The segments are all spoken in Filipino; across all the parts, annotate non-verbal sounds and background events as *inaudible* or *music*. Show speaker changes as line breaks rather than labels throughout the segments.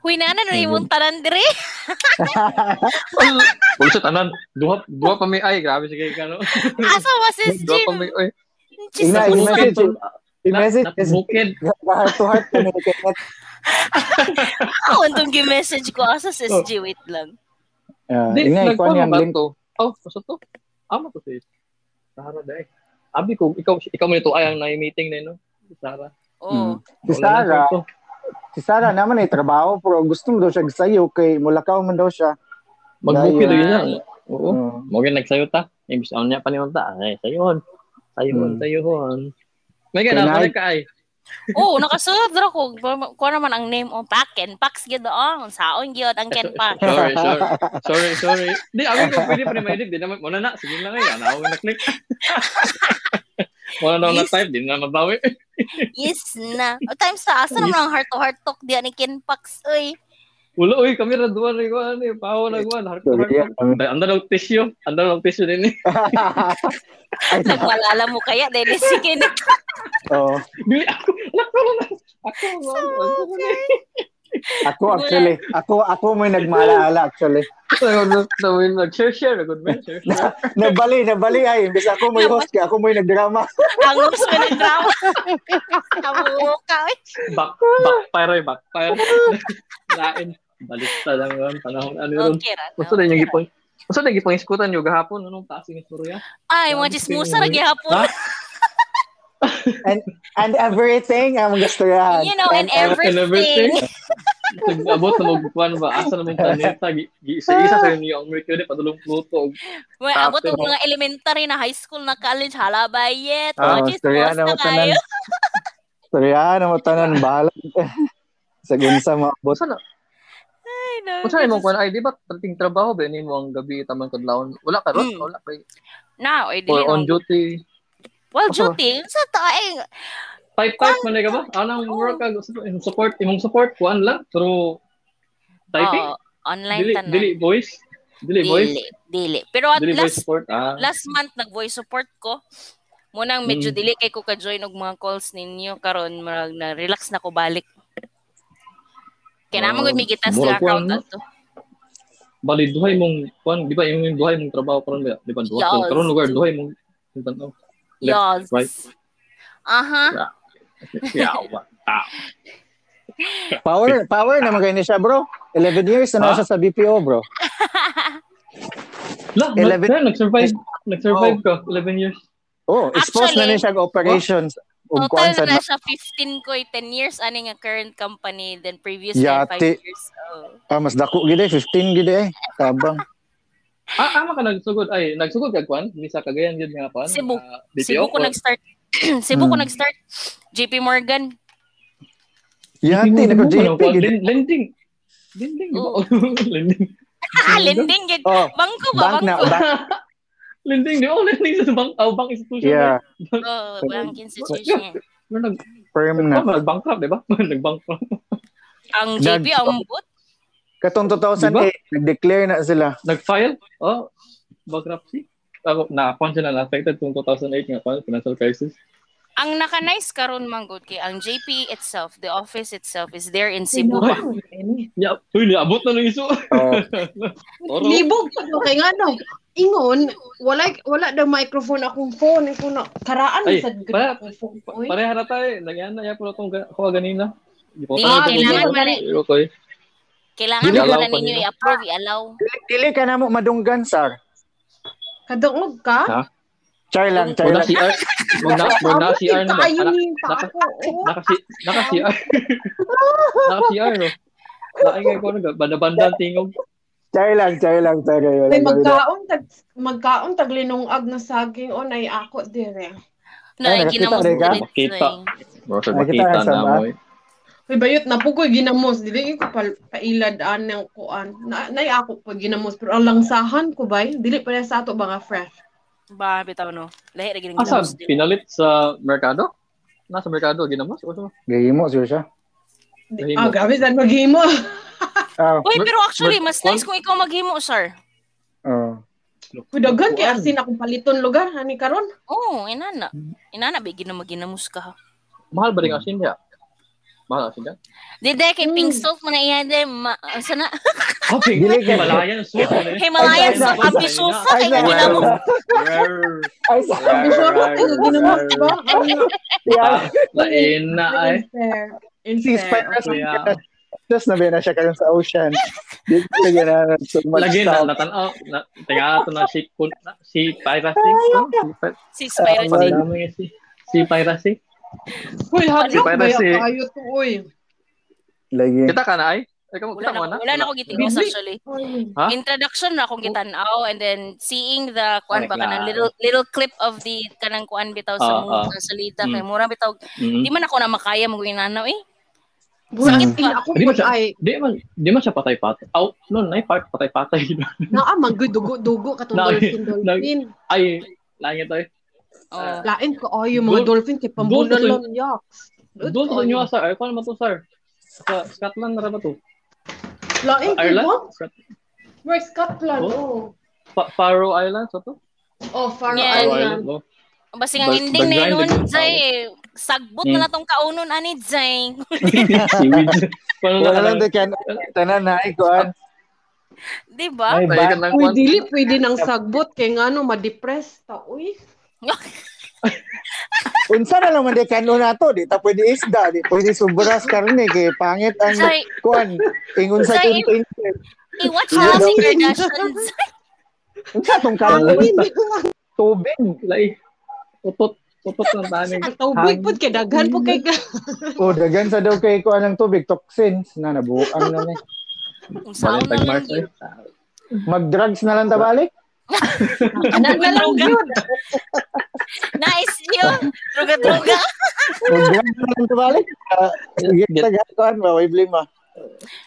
Huy na ano ni mong tanan dire.
Bullshit, anan. Duha, duha pa may ay. Grabe, sige
*laughs*
ka, no?
Asa was is
Duha pa
Jim?
may ay.
Jesus,
Ina,
kung
ina,
saan-
ito.
I-message kasi
Bukid.
heart to heart communicate.
Ako itong gi-message ko. Asa si SG? Wait lang.
Uh,
Di,
ingay ko
nagpano
niyang
ba
link.
to? Oh, basta to. Ama to sis. Sara dai. Abi ko, ikaw, ikaw mo ito ay ang na-meeting na, no? Sara. Hmm.
Oo.
Mm. Si Sarah, si Sarah naman ay trabaho pero gusto mo daw siya sayo kay Mulacao man daw siya.
Magbukid
Dahil-
yun na. Oo.
Uh,
Mo gyud nagsayo ta. Imbis ano niya panion ta. Ay, sayon. Sayon,
Hmm.
sayon. May ganap
Kaya na-
na ka ay.
Oo, nakasunod ra ko. Ko naman ano ang name on Paken. Pax gyud ang saon gyud ang Ken
*laughs*
Pax.
Sorry, sorry. Sorry, sorry. Di, abi ko pwede pa rin ma-edit. Di naman, muna na. Sige lang ay. Ano ako na-click. *laughs* Muna na ako na-type. Di na mabawi.
Yes na. O times sa asa naman ang heart to heart talk diyan ni Ken Pax. Uy.
Wala, uy, kami raduan rin ko, ano, pahaw na ko,
Sorry,
*laughs*
ah.
harap-harap. Ang dalag tissue, ang dalag tissue din *laughs* eh.
ay,
Nagwalala mo kaya dahil si Ken.
*laughs*
*laughs*
oh,
Bili ako, ako na, ako na, ako na.
ako actually, ako ako may nagmalaala actually.
Ako na, share, share, good man, share, *laughs* share.
Nabali, nabali ay imbes ako may host ka, ako may nagdrama. *laughs*
Ang ups mo *laughs* nagdrama. Kamu ka. Uy.
Back, backfire, eh, backfire. *laughs* Lain, balista lang yun, panahon, ano yun.
Okay ra.
Gusto na yung ipang, gusto na yung ipang iskutan yung gahapon, anong taas yung istorya?
Ay, mga chismosa ra gihapon.
Ha?
And everything ang gusto yan.
You know, and everything.
And everything. Nag-abot na magpuan ba? Asa naman tanita? Isa-isa
Ah.
sa inyo ang Mercury, padulong Pluto.
May
Tapos-
abot ng mga elementary na high school na college, halabayet,
Ah,
mga
storya
chismosa
na mo tanan.
kayo.
Storya na mo tanan ah, bahala. *laughs* Sa gunsa mo abot.
Saan na?
Ay, no,
Kung saan mo
this is-
kung ay di ba trating trabaho ba ni mo ang gabi tamang kadlawon wala ka ron
Mm.
wala kay
Na, oy,
or
dili
on
na.
duty
Well, duty, sa taing,
type type man ka ba anang Ah,
Oo.
work ka gusto imong support imong support kuan lang through typing
oh, online
dili
tanan.
dili voice dili voice
dili, dili. Pero at
dili voice
last,
support ah
last month, nag-voice support ko. Munang medyo
Mm.
dili kay ko ka-join og mga calls ninyo karon marag na relax na ko balik. *laughs* Kaya naman
Oh,
gud may gitas
murag
sa
kuwan,
account
no?
ato.
bali duhay mong kuan di ba imong duhay mong trabaho karon ba di ba duha
Yes.
karon lugar duhay mong yung tanaw
Yes.
right.
Aha. *laughs*
yawa ta
Power, power naman kayo ni siya, bro. 11 years na
Ha?
na siya sa BPO, bro.
la
Eleven-
nag- nag-survive nag-survive ka 11 years
Oh, exposed na niya
Actually,
siya sa operations. ug kuan sa
Total na siya 15 ko, eh, 10 years ani nga current company then previous yeah, 5
Yate.
years. Oh.
ah, mas dako gid eh, 15 gid eh. Tabang.
Ah, ama ka nagsugod. Ay, nagsugod ka, Kwan? Hindi sa Cagayan yun nga, Kwan?
Cebu.
Ah, BPO
Cebu ko
or-
nag-start. *clears throat* Cebu
Mm.
ko
Hmm.
nag-start. JP Morgan.
Yati
Hindi
na
mo ano,
ko
naman,
JP
Kwan.
gid. eh.
Lend- Lending. Lending. di ba? *laughs*
Oo.
Lending.
Ah, lending gid.
Oh,
Bangko ba?
bank na, *laughs*
bangko.
bank.
Lending, di ba? Oh, lending sa bank. Oh, bank institution.
Yeah,
Oh, bank institution.
Pero nag,
firm na.
ah, nag-bankrupt, di ba? *laughs* nag-bankrupt.
Ang JP
Nag-
ang but.
Katong 2008, nag-declare na sila.
Nag-file. Oh, bankruptcy. Ako, na, Kwan sila na-affected noong 2008 nga, Kwan, financial crisis.
Ang naka-nice karon manggod kay ang JP itself, the office itself is there in Cebu. pa.
Yeah. Uy, niabot na ng iso. *laughs*
Oh,
Oro.
Libog pa to kay ngano. Ingon, wala wala daw microphone akong phone, ako na karaan
Ay,
sa
pa-
phone ko.
Pa-
oy.
Pareha na tayo. eh. Nagyan na, yan po na itong ga- kuha ganina. Di ko-
Di,
Ah,
kailangan
di-
man
Okay.
Kailangan
Dili-
mo na
Allow pa
ninyo
nila.
i-approve, i-allow.
*laughs* dili ka na mo madunggan, sir.
Kadungog ka?
Char lang, char
Huwag na
lang.
CR. Huwag na, huwag na CR na ba?
Ayun
Para-
yung pa
naka-
ako. oh. oo.
Naka-C- Naka-CR.
*laughs*
Naka-CR, no? Nakingay ko na, banda-banda ang tingog.
Char lang, char lang, char lang. Wala,
May
wala.
magkaon tag magkaon tag linungag na saging on ay ako dire.
Na
Ay, nakakita
ginamos
rin ka?
dili.
Nakita. Rosa, makita
Nakita ka sa
na
ba?
mo. eh.
May bayot na po ko ginamos dili ko pa pailad an ng kuan. Na, nay ako po ginamos pero ang langsahan ko bay dili pa sa ato mga fresh.
Ba bitaw no. Lahi ra gining
Asa,
ginamos dili.
Ah, pinalit sa merkado? Nasa merkado, ginamos? O, sa-
Gayimo, sir siya.
Di-
Mahimo.
Ah, grabe saan maghimo.
Oh,
Uy,
Mer-
pero actually, mas
Mer-
nice kung ikaw maghimo, sir.
oh.
Kudagan kay asin akong paliton lugar ani karon.
Oo, oh, inana. Inana, bigin na maginamos ka.
Mahal ba rin asin niya? Bahala siya.
Dede, kay pink
Mm.
salt mo na iya, de. Ma, sana,
Ah, pink.
Dili ka-
Himalayan salt.
Himalayan
salt,
happy salt,
Ay,
Ay,
wala.
ginamot.
Rare.
Ay,
Ang
sabi
gusto ko,
Alright,
tayo ginamos,
alright.
diba?
siya.
Lain Ah, na ay.
Unfair.
Si
Unfair.
Spider-Man,
Kuya.
Tapos nabi na siya karon sa ocean. Dito siya na so much
Lagi na,
stuff.
natanaw. Na, tinga ito na si, kun, na, si piracy. Oh, si pir-
Si
Ah,
Ang
Spider-Man.
wala.
dami nga si, si piracy.
Uy, hadlok
Spider
ba yung
si-
kayo to, uy?
Lagi.
Kita ka na ay? Ay, kamu-
Wala
kita
na,
mo na?
wala na oh. ako gitingos
Bibli.
actually.
Uy.
Ha?
Introduction na akong gitanaw and then seeing the kuan ba
Reklamo.
kanang little little clip of the kanang kuan bitaw sa
Oo,
mga
oo.
salita
Mm.
kay mura bitaw.
Mhm.
Di man ako na makaya mo ginanaw eh.
Buhay
Sakit
din
ba?
ako
Di ba
po
siya-
ay,
Di man, di man siya patay-patay. Aw, no, nay, part- patay-patay. *laughs*
naa magdudugo-dugo katong
Nag-
dolphin-dolphin.
Ay, eh. langit ay. Ah,
Oh.
Lain ko ay yung mga
Dol-
dolphin kay pambunan
Dol-
lang yaks.
Doon sa inyo, sir. Ay, paano ba to, sir? Sa Scotland na ra ba to?
Ano
Lain ko
Ireland?
ba?
Scot-
Where Scotland? Oh.
Pa- Faroe Islands, ba to?
Oh, Faro
Yeah.
Faroe
Island.
*laughs*
oh.
Basing ang
Bag-
ending na
bagayan,
yun,
bagayan.
Zay, eh, sagbot
Mm.
na na tong kaunon ani, Zay.
Seaweed. Paano na
Wala lang
lang?
din kan tanan na ay kuan.
*laughs* Di ba?
Ay, balikan lang,
Uy,
Juan.
dili pwede ng sagbot kay ngano ma-depress ta uy.
Unsa na lang man di kan una to, di ta pwede isda, di pwede subras karne kay pangit ang
Zay,
kuan. Ingon sa
Zay.
tuntuin.
i-watch
Yeah.
na si Kardashian, *laughs* Zay.
Unsa tong
Hangin.
karon tubig.
Lai. Utot. Utot ng tanig.
Tubig pod kay daghan po kay
O dagan sa daw kay kuan ang tubig toxins na nabuang na ni.
Kung saan
Balik
na
tag-mark,
lang yun.
Mag-drugs na lang ta balik.
eh.
kanan na lang
Droga.
yun.
*laughs* Nice yun. Truga-truga.
Mag-drugs na lang ta balik. Ah, Sige, taga kuan ba, way blame ma.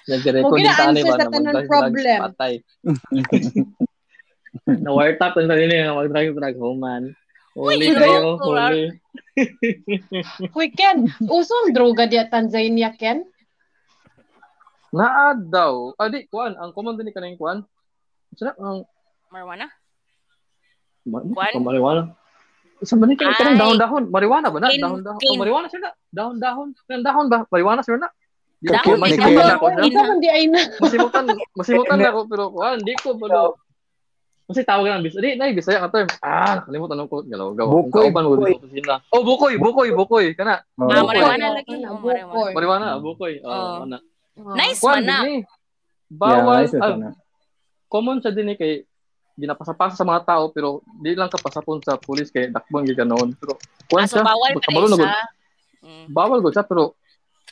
Nag-record
Huwag
yung
na-answer
tanig ba
sa
na
tanang
mag-drag,
problem.
drag, patay. Na-wiretap ang sarili nga mag-drag, drag, human. Huli
Uy,
kayo,
loko, ah.
huli.
Uy, Ken, uso ang droga diya Tanzania, Ken?
Naa daw. Ah, di, kuan. Ang common din ni kanang kuan. Sarap ang...
Marwana?
ma-
Kuan?
Ang marijuana. Sa ba ni kanang kanang
Ay.
dahon-dahon? Marijuana ba na?
Clean,
Dahon-dahon.
clean.
Oh, marijuana sir na. Dahon-dahon. Kanang dahon ba? Marijuana sir na. Di ko
Dahon,
man- di
may
ko
dahon.
ako na.
Isa man di ay na.
*laughs*
Masimutan, masimutan na ako pero kuan, di ko balo. Kasi tawag lang bisaya. Di, nay bisaya ka term. Ah, nakalimutan ako galaw gaw.
Bukoy,
Kauban mo
bukoy.
dito sa sila. Oh, bukoy, bukoy, bukoy. Kana.
Oh.
Ah, marijuana lagi.
Marijuana,
Oh, marijuana.
bukoy.
Marijuana, bukoy. Oh,
Oo.
ana.
Nice
Kuan
man na.
din. eh.
Mm. Yeah,
Bawal
isa
ah,
to na.
common sa din eh kay ginapasapasa sa mga tao pero di lang kapasapon sa pulis kay dakbon gyud kanon. Pero kuan
Aso
siya.
Ah, bawal pa
magkabalo
rin
na gud.
siya. Mm.
Bawal gud siya pero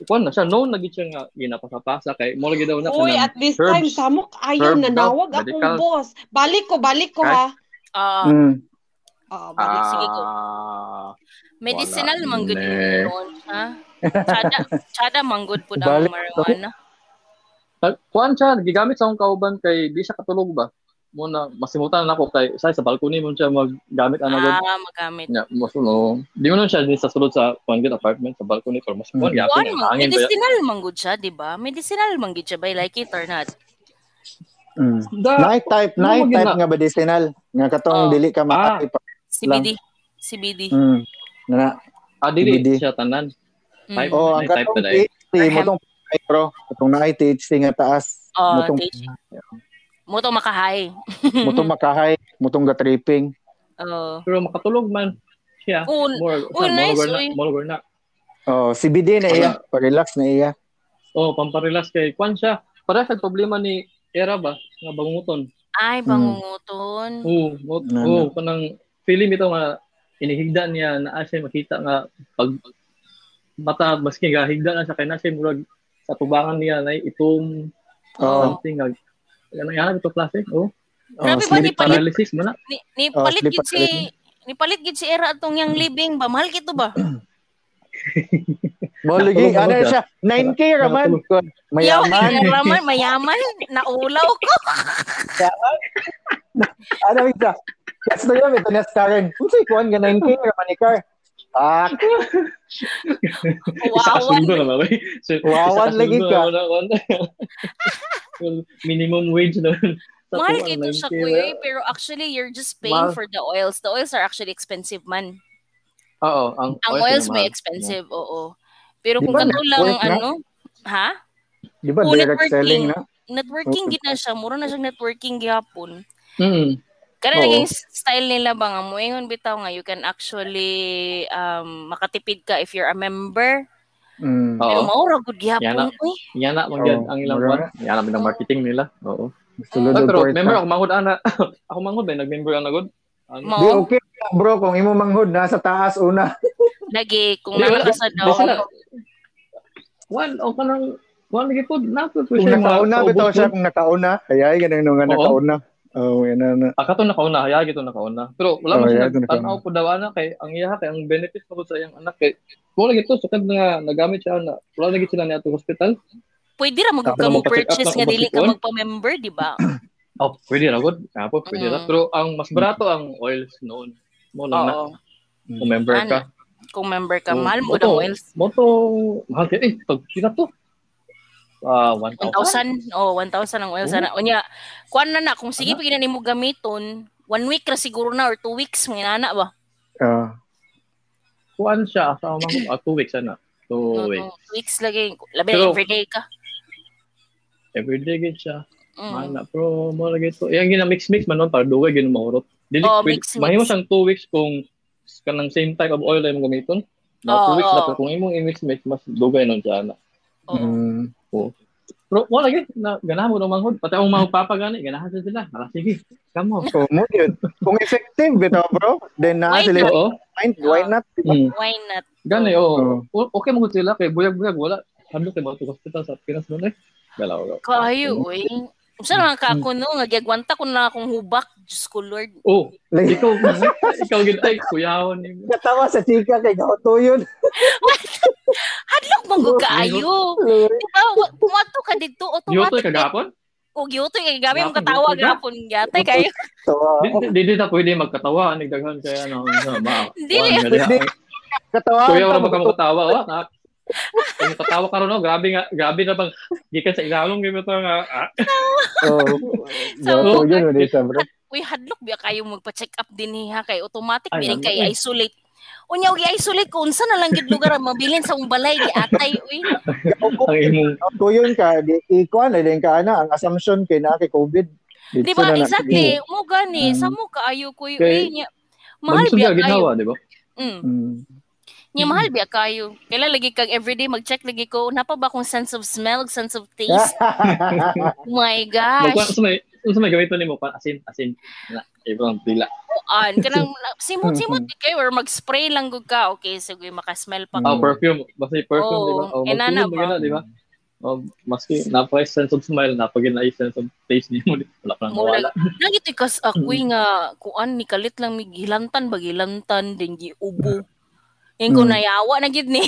kuan na siya known na gid siya nga ginapasapasa kay mo lagi daw na
Uy,
kanang
at this
herbs.
time, samok ayaw
Herb
na
daw,
nawag
medical.
akong boss. Balik ko, balik ko
Ay.
ha.
Ah,
Hmm.
Mm.
Ah, balik.
sige ko.
Ah.
medicinal
Wala
man gud
ne.
yun noon, ha? Tsada, tsada man gud po ang
Balik.
marijuana.
Kuan siya, gigamit sa akong kauban kay di siya katulog ba? Muna, masimutan na ako kay sa sa balcony mo siya maggamit ano gud.
Ah, magamit.
Nya, mas ano, di mo na siya din sa sulod sa kuan gud apartment sa balcony or mas
Hmm.
kuan gyapon
Kuan
ang
man,
hangin ba.
medicinal man gud siya, di ba? Medicinal man gud siya, by like it or not.
Mm.
Da,
Night type,
Ano Ah.
night
mo
type
gina-
nga medicinal. Nga katong
Oh.
dili ka makatipa.
CBD. CBD.
Mm. Na.
adili
Hindi.
Ah, siya tanan.
Mm.
Type.
Oh, ang
Night type
katong
pala eh.
THC mo tong ay bro, katong na ay THC nga taas.
Oh,
mutong
THC. Mutong makahay.
*laughs* mutong makahay, mutong ga tripping.
Oh.
Pero makatulog man siya.
Un,
More,
Uy, nice,
more,
uy.
na, more na.
Oh, CBD na iya,
Ano?
pa-relax na iya.
Oh, pamparelax kay kuan siya. Para sa problema ni Era ba nga bangunguton.
Mm.
ay, bangunguton.
Oo, mo,
Na-
oo, kanang feeling ito nga inihigda niya na asya makita nga pag mata maski nga higda na siya kay na siya murag sa tubangan niya na itom
Oh,
something nga kanang yan ito klase oh
oh,
Grabe Ano ba
sleep
ni Palit?
paralysis.
paralysis mo na
Ni, ni palit
sleep
gid si ni palit gid si era atong yang living ba mahal kito ba?
Malugi,
Nakatulog
ano
ba
siya? 9k raman. Mayaman.
Yaw, Raman, mayaman, naulaw
*laughs*
ko.
ano isa? Yes, to yun, ito na sa Karen. Kung sa'yo, kuhan ka 9k raman ni Car. Tak,
isa ka
Wawan.
sundo na ba so,
Wawan lagi ka.
*laughs* minimum wage na Sa eh.
Mahal
tuwan,
kito siya,
9K
kuya, eh,
na.
pero actually, you're just paying
Mahal.
for the oils. The oils are actually expensive man.
oo ang
Ang
oil
oils
sila
may
mahal.
expensive, oo. Pero
Di
kung
ba
kato lang,
network na?
ano, ha?
Di ba
Oh,
direct
networking.
selling na?
Networking gid na siya, muro na siyang networking gihapon.
Mm.
Kaya
Oo.
naging style nila ba nga, moingon bitaw nga, you can actually um, makatipid ka if you're a member.
Mm.
Oo.
Pero maura good
Yan na.
gihapon. Uy,
Yan na mong
Oo,
yan ang ilang
mura
buwan. Yan na binang marketing nila. Oo.
Sulod
Ay,
ang
pero
part,
member
ha?
ako manghod ana. *laughs* ako manghod ba nag-member Ano? ana gud.
Di
mao.
okay lang, bro kung imo manghod nasa taas una.
Lagi, kung
Di,
nana ka sa daw,
Basta na- One o kanang one lagi po na po
Kung
siya yung mga
nakauna
kaubos
bitaw siya
po.
kung nakauna. Hayay ganun nung nga
Oo.
nakauna. Oh, yan na. na.
Ah, kato nakauna, haya gito nakauna. Pero wala
Oo,
man
haya
siya
gito Oh, nakauna.
nagtanaw po daw ana kay ang iya kay ang benefit ko sa iyang anak kay kung lagi to sakad nga nagamit siya na wala lagi sila niya hospital.
pwede ra
Tapos
magka mo
magpa-check up
purchase
na
nga
kung
dili ka
bakit yun.
magpa-member, di ba?
Oh, pwede ra gud.
Ah,
Apo, pwede ra.
Mm.
Pero ang mas barato ang oils noon. Mo lang na Mm.
Oo.
kung member ka.
Ano, kung member ka,
Oo.
mahal mo
Oo.
daw, oils.
Moto, mahal ka eh. Pag sila to. Ah, 1,000.
1,000? Oo, oh, 1,000 ang oil
Oo.
sana. Unya, kuan na na, kung sige
Ano?
pa ginani mo gamiton, one week ra siguro na or two weeks, may nana ba?
Ah.
Kuan siya. Sa
*coughs*
mga, ah, two weeks ano. Two
Oo,
weeks.
Mm, two weeks lagi. Labi
Pero-
everyday ka.
Everyday gid siya. Mahal
Mm.
na. Pero, mahal na to. Yan, gina mix-mix man nun. Para duwe, gina mahurot. Dili,
Oo,
pwede-
mix-mix.
Mahimo siyang two weeks kung kanang same type of oil ay mong gamiton. Na
Oo,
two weeks
oo.
na. Pero kung imong i-mix-mix, mas duwe nun siya na.
Oo.
Mm.
Pero, wala gid. Na, ganahan mo ng manghod. Pati akong mga papagani. Ganahan siya sila. Ah, sige. Come
*laughs*
on.
So, mo Oh, yun. Kung effective bitaw bro, then na
Why
sila
Oo.
mind, why not? Diba?
oh, Mm.
Why not?
Gani,
Oo.
oo. O- Okay mo sila kay buyag-buyag wala. Handlo kay mga hospital sa Pinas nun eh. Dalaw. dalaw.
Kayo,
Mm.
oy. Usa lang ka ako no, nagyagwanta ko na akong hubak, Diyos ko Lord.
Oh,
Like,
ikaw, *laughs* ikaw gintay, kuyahon ni mo.
katawa sa chika kay Gauto yun.
Hadlok mong gud kaayo. Di ba? Wa- Pumato ka dito,
Yoto
automatic.
kagapon?
O giyoto, kay gabi mong
Gapon,
katawa
gapon,
gapon. Yatay kayo.
So, ah,
Di- di- Di na pwede magkatawa, nagdaghan kaya ano, ano, ma.
*laughs* Hindi.
kuwan, gali,
Hindi.
ah.
katawa.
Kuya, wala ba ka makatawa, wa? Ah, Kung katawa ka ron, no? grabe nga, grabe na bang, gikan sa ilalong, gabi ito nga, ah,
Oh, Gauto yun, wala siya, bro.
Uy, hadlok biya kayo magpa-check up din niya kay automatic
Ay,
bining
ano
kay
eh.
isolate. Unya og i-isolate ko unsa na lang gid lugar ang mabilin sa umbalay giatay uy.
ang imong,
Gauto yun ka, di, ikuan, na din ka na, ang assumption kay na kay COVID. Dito
Di ba?
na na-
Exactly. Mo
Mm.
gani sa mo kaayo ko
Kay-
uy. Nya, mahal
magusto niya
biya kayo.
ginawa, di ba?
Mm.
Mm.
Nya mahal biya kayo. Kailan lagi kag everyday mag-check lagi ko na pa ba akong sense of smell, sense of taste. Oh my
Magkuhan,
gosh.
sa may, sa may gamitin mo, pa, asin, asin, na, ibang dila.
An kanang simot-simot gid kayo or mag-spray lang gud ka. Okay, sige maka-smell pa
Ah,
Mm.
perfume. Basta yung perfume,
Oo.
di ba? Oh,
Eh, nana
magtunog
ba?
yun na, di ba? Oh, maski napaka-sense of smile, napaka-sense of taste niya mo. Wala ka nang mawala.
Mula, nagit ikas
Mm.
ako'y nga kuan ni kalit lang mig hilantan bag hilantan din gi ubo. Yung ko
Mm.
nayawa na gid ni.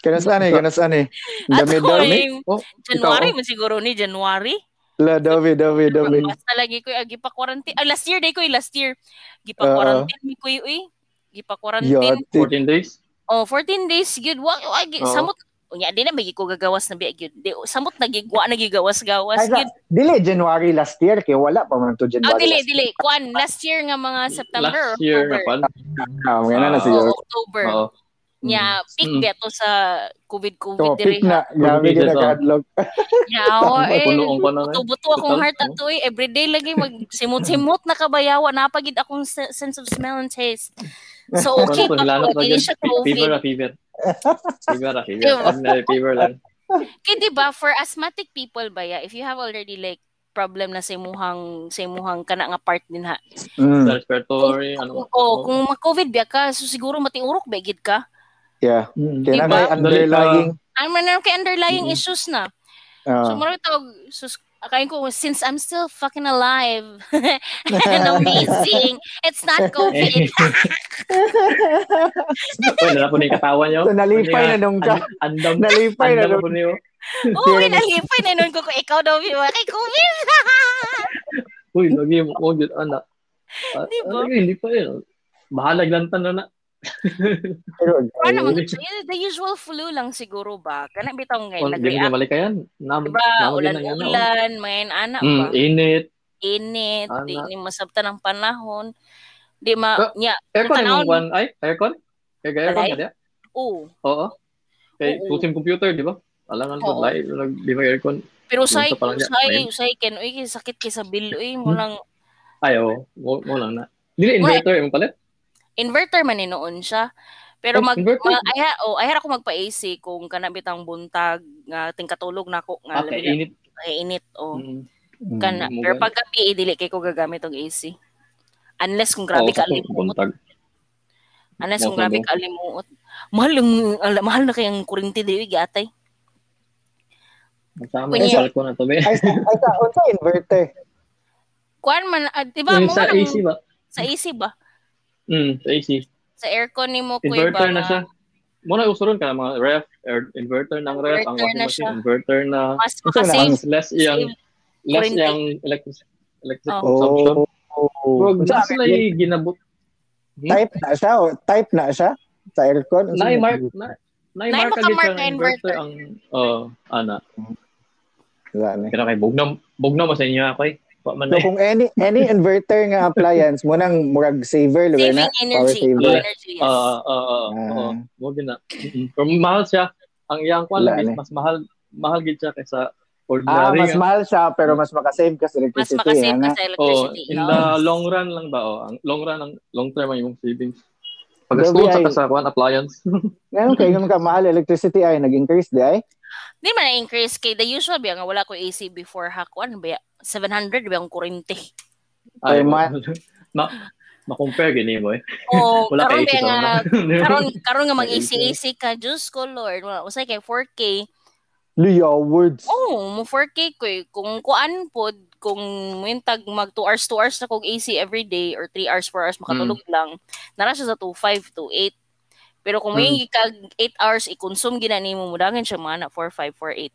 Kanas ani, kanas ani.
*laughs* At
Dami,
ako,
dami.
eh,
Oh,
January
ikaw,
man siguro ni January.
La, dami, dami, dami.
Basta lagi ko agi pa quarantine. Ah, last year day ko last year. Gipa
Oo.
quarantine mi koy uy. Gipa quarantine.
Yati.
14 days?
Oh, 14 days gid wa wa gi-
Ah.
Oo.
samot. Unya di na bigi ko gagawas na biya gid. Di- Samot nagigwa nagigawas-gawas
Ay,
gid.
sa- Dili, January last year, kay wala pa man to January.
Ah, dili
last
dili. Kuan last year nga mga September.
Last year
October.
na pan.
year. Ah, mga na na
Ah.
Oo,
siguro.
October.
Oo.
Nya
Mm.
peak mm. to sa COVID
So,
COVID diri.
pick na.
Provided,
Grabe din nag-adlog.
Nyawa eh.
Punoong ko na.
Buto-buto akong
Total,
heart
no?
ato eh. Everyday lagi magsimot-simot na kabayawa. Napagid akong se- sense of smell and taste. So okay
Ano to,
pa
hilanap
ko.
na
Hindi
dyan.
siya
Fe- Fever
COVID.
na fever. Fever na fever.
Diba?
Ordinary fever
*laughs*
lang.
Kaya di ba for asthmatic people ba ya, if you have already like problem na sa imuhang sa imuhang kana nga part din ha.
Mm.
Respiratory, ano.
Kung, oh, kung ma-COVID ba ka, so siguro matiurok ba gid ka.
Yeah.
Mm.
Kaya na
Diba?
kay
*laughs*
underlying.
Ang meron kay underlying
Mm-mm.
issues na.
ah,
So, mura tawag, sus, akayin ko, since I'm still fucking alive *laughs* and
*laughs*
amazing, it's not COVID.
Uy, nalapo na yung katawan niyo.
So, nalipay na nung ka.
An- Andam.
Nalipay na
Andam
nung
po niyo.
Uy, nalipay na nun ko kung ikaw daw, Viva, kay COVID. *laughs*
Uy, lagi mo. Oh, yun, anak.
Di ba?
Hindi pa yun. Bahalag lantan na na.
Pero,
Ano naman,
ay,
the usual flu lang siguro ba? Kana bitaw
Oh, Hindi mo
ngayon,
na
nag-react.
malikayan. Nam,
Diba,
naman yun ang yan, oh.
ulan-ulan, may anak
Mm,
ba?
init.
Init,
Ana.
di ni masabta ng panahon. Di ma,
Ah,
niya,
Aircon
Ang
yung
tanawon-
one. Ay, aircon? Kaya aircon
Alay?
ka niya?
oh,
Oo. Kay
Oo.
kusim computer, di ba? Alangan ko,
Oo.
lahi, nag, di ba aircon?
Pero usay,
Yun pa lang niya. Mm.
usay,
Ayun.
usay, ken, uy, kay sakit kay sa bill, uy, mo lang,
Ayaw, mo, mo lang na. Dili,
Wala.
inverter, yung palit.
inverter man ni noon siya. Pero
Oh,
mag,
inverter?
mag ay, ha- oh, ay, ha ako magpa-AC kung kanabit ang buntag, nga, tingkatulog na ako, nga,
Okay,
labi na-
Ah, init.
ay, init, oh.
Mm.
Hmm.
Kana.
Mm, mobile.
Pero pag gabi, eh, dili kay ko gagamit og AC. Unless
Oo,
kung grabe
sa
ka alimuot.
buntag.
Unless kung
Motorola.
grabe ka alimuot. Mahal, ang, ala- mahal na kayang kurinti dili, gatay.
Masama,
Kunya.
sa ko na to, be.
Ay, sa, ay, sa, o sa inverter.
Kuan man, ah, di
*laughs*
ba,
Yung
mo
sa
man ang-
AC ba?
sa AC ba?
Mm, sa AC.
Sa aircon ni mo, kuya ba?
Inverter na siya. Muna usuron ka mga ref, er, inverter ng ref, ang
Inverter
washing
na
machine,
siya.
inverter na.
Mas
Ito
makasave.
Mas less yung,
save.
less
Kurinti.
yung electric, electric
Oo.
consumption.
Oh.
Bro,
Unsa
that's
ang-
like ginabot.
Type na siya o type na siya sa aircon.
Nay mark na nay
Nay,
mark ka
makamark
gid
na
ang inverter
inverter.
ang oh ana.
Gani.
Kira kay bugnaw bugnaw mo sa inyo ako eh. Wa man
So
nay.
kung any any inverter nga appliance mo nang murag saver lugar na Ah.
Saving
power
energy. Oh,
saver.
Wala.
energy, yes.
Ah ah ah,
Ah.
ah. Mo gina. Pero mahal siya. Ang iyang kwan
Wala,
lang
nay.
mas mahal mahal gid siya kaysa
Ah,
ordinary.
mas
nga.
mahal siya pero mas makasave ka sa
mas
electricity.
makasave ka
ana.
sa
Oh,
electricity.
in
no?
the long run lang ba oh, ang long run ang long term ang imong savings. Pag
Grabe,
school sa
ay.
ka sa kwan
*laughs*
appliance.
Ngayon kayo naman ka mahal electricity ay nag-increase di ay.
Di man na-increase kay the usual biya nga wala ko AC before hakuan biya 700 biya ang kurente.
Ay,
Per month.
ma ma-compare gini mo eh.
O
*laughs* Wala
Oh, karon
kay oh.
biya
issue
nga
*laughs* na.
karon karon nga mag
May
AC AC ka Diyos ko Lord wala usay kay 4K.
Luya words.
Oh, mo 4K ko eh. kung kuan pod kung mintag mag 2 hours 2 hours na kog AC every day or 3 hours 4 hours makatulog
Mm.
lang. Nara siya sa 2.5 to 8. Pero kung may
Mm.
kag 8 hours i-consume gina nimo mudangan siya mana 4 5
*laughs*
4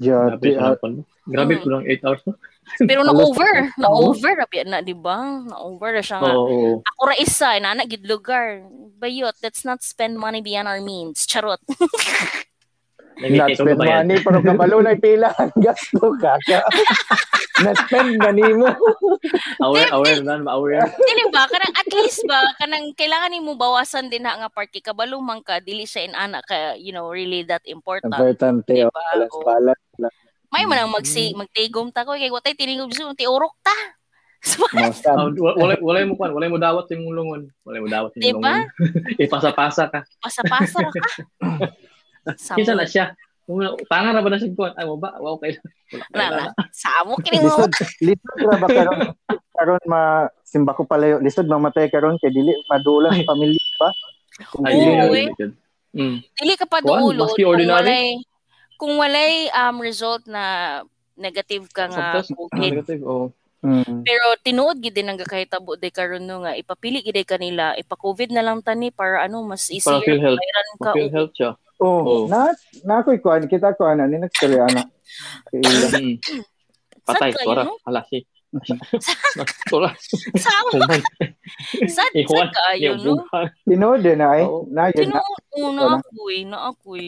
Jod.
Grabe siya lang. Grabe
Mm.
ko lang 8 hours. no?
8. Pero na
Ah, Alas-
over, na over na biya na di ba? Na over na siya nga.
Oo. oo.
Ako ra isa, nana gid lugar. Bayot, let's not spend money beyond our means. Charot.
Not
Nag-take out
spend
ba yan?
money
*laughs*
pero kabalo na pila ang gasto ka.
*laughs*
ka. na spend money mo.
Aware, aware na, aware.
dili ba kanang at least ba kanang kailangan nimo bawasan din ha nga party kabalo man ka dili siya in ana ka you know really that important.
Important
Di
tayo.
ba?
Balance
Oo.
balance.
May man ang
Mm-hmm.
magsi magtigom ta ko kay watay tiningog sa ti urok ta. *laughs* So,
Mo
Ah,
sab.
wa- Wala, wala mo kwan, wala mo dawat sa imong lungon. Wala mo dawat sa imong
Diba?
lungon. *laughs* Ipasa-pasa ka.
Pasa-pasa ra ka. Sa
Kinsa na
mo
siya. Muna, Tanga na ba na siya kwan? Ay, waba, wow, kayo. Wala,
na
kayo
na.
na.
Sa mo kini mo.
*laughs* Lisod, lisod ra ba karon? Karon ma simba ko palayo. Lisod mamatay karon kay dili madulang pamilya pa. Kung
Ay,
Oo,
yun,
eh.
yun, yun. Mm.
dili ka pa
Kuan,
duulod
maski
kung
ordinary?
walay kung walay um, result na negative ka nga
Sometimes,
COVID.
negative, oo.
Mm.
Pero tinuod gid din ang kahitabo day karon no nga ipapili gid kanila ipa-COVID na lang tani para ano mas easier
feel health.
bayaran ka
Mag-feel
o-
health siya.
*laughs*
Oo.
Oh, na na koy kuan kita kuan ani nagstory
*laughs*
ana. Kay-
Mm. Patay,
Sad kayo,
tora.
no?
Hala,
*laughs*
si. Tora.
Sa
*laughs* Kuman.
sad
Eh,
sad
Juan,
kaayo
*laughs* Yung
no.
buhay.
Tinood din ay.
Oo.
Na yun na.
Tinuod mo na akoy, na akoy.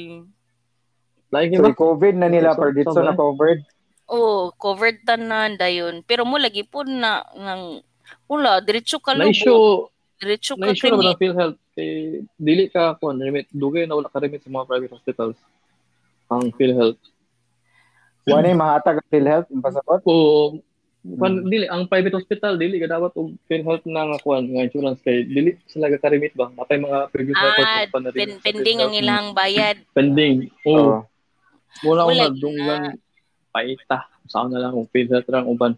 Lagi ba?
So, COVID na nila
So,
per dito
sobra.
na covered.
Oh, covered tanan dayon. Pero mo lagi po na nang wala diretso ka lubo,
Na-issue,
diretso ka
na-issue naman
kini.
ang PhilHealth. Eh, dili ka kung remit. Dugay na wala ka remit sa mga private hospitals. Ang PhilHealth.
Wala yung mahatag ang PhilHealth, yung pasaport.
O, kwan,
Hmm.
dili, ang private hospital, dili ka dapat og PhilHealth na nga kwan, nga insurance kay dili sila ka remit ba? Napay mga previous records
Ah,
of kwan na rin
pen-
sa
pending ang
PhilHealth.
ilang
*laughs*
bayad.
Pending.
Oo.
Oo. Wala
Wala
akong
na.
nadunggan paita. Saan na lang kung PhilHealth lang uban.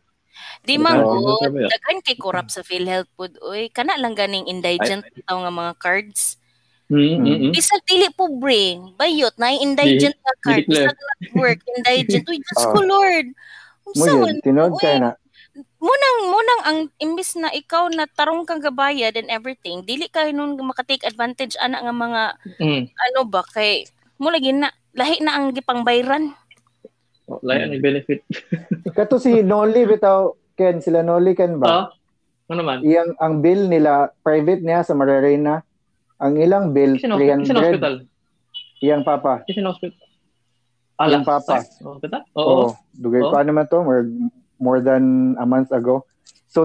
Di man
Oo.
good,
Ano ba yan?
daghan kay corrupt sa PhilHealth pod oy. Kana lang ganing indigent taw nga mga cards.
Mm, mm,
Hmm?
mm.
Bisag dili pobre, bayot na yung indigent nga card,
Di-declare.
bisag na work indigent. Uy, Diyos
Ah.
ko Lord. Unsa
Mo yun,
man
tinood
Uy,
kayo na.
Munang munang ang imbis na ikaw na tarong kang gabayad and everything, dili ka nun makatake advantage ana nga mga
mm.
ano ba kay mo lagi na lahi na ang gipangbayran.
Oh,
Hmm.
Layan ang benefit.
Kato si Noli bitaw, Ken, sila Noli Ken ba?
Ah, ano naman?
Iyang, ang bill nila, private niya sa Mararena. Ang ilang bill,
Kasi hospital.
300.
hospital.
Iyang papa.
Kasi hospital. Ala,
Yung
sa-
papa.
Hospital?
Oo.
Oo. Oh.
Dugay ko
Oo.
ano man to, more, more than a month ago. So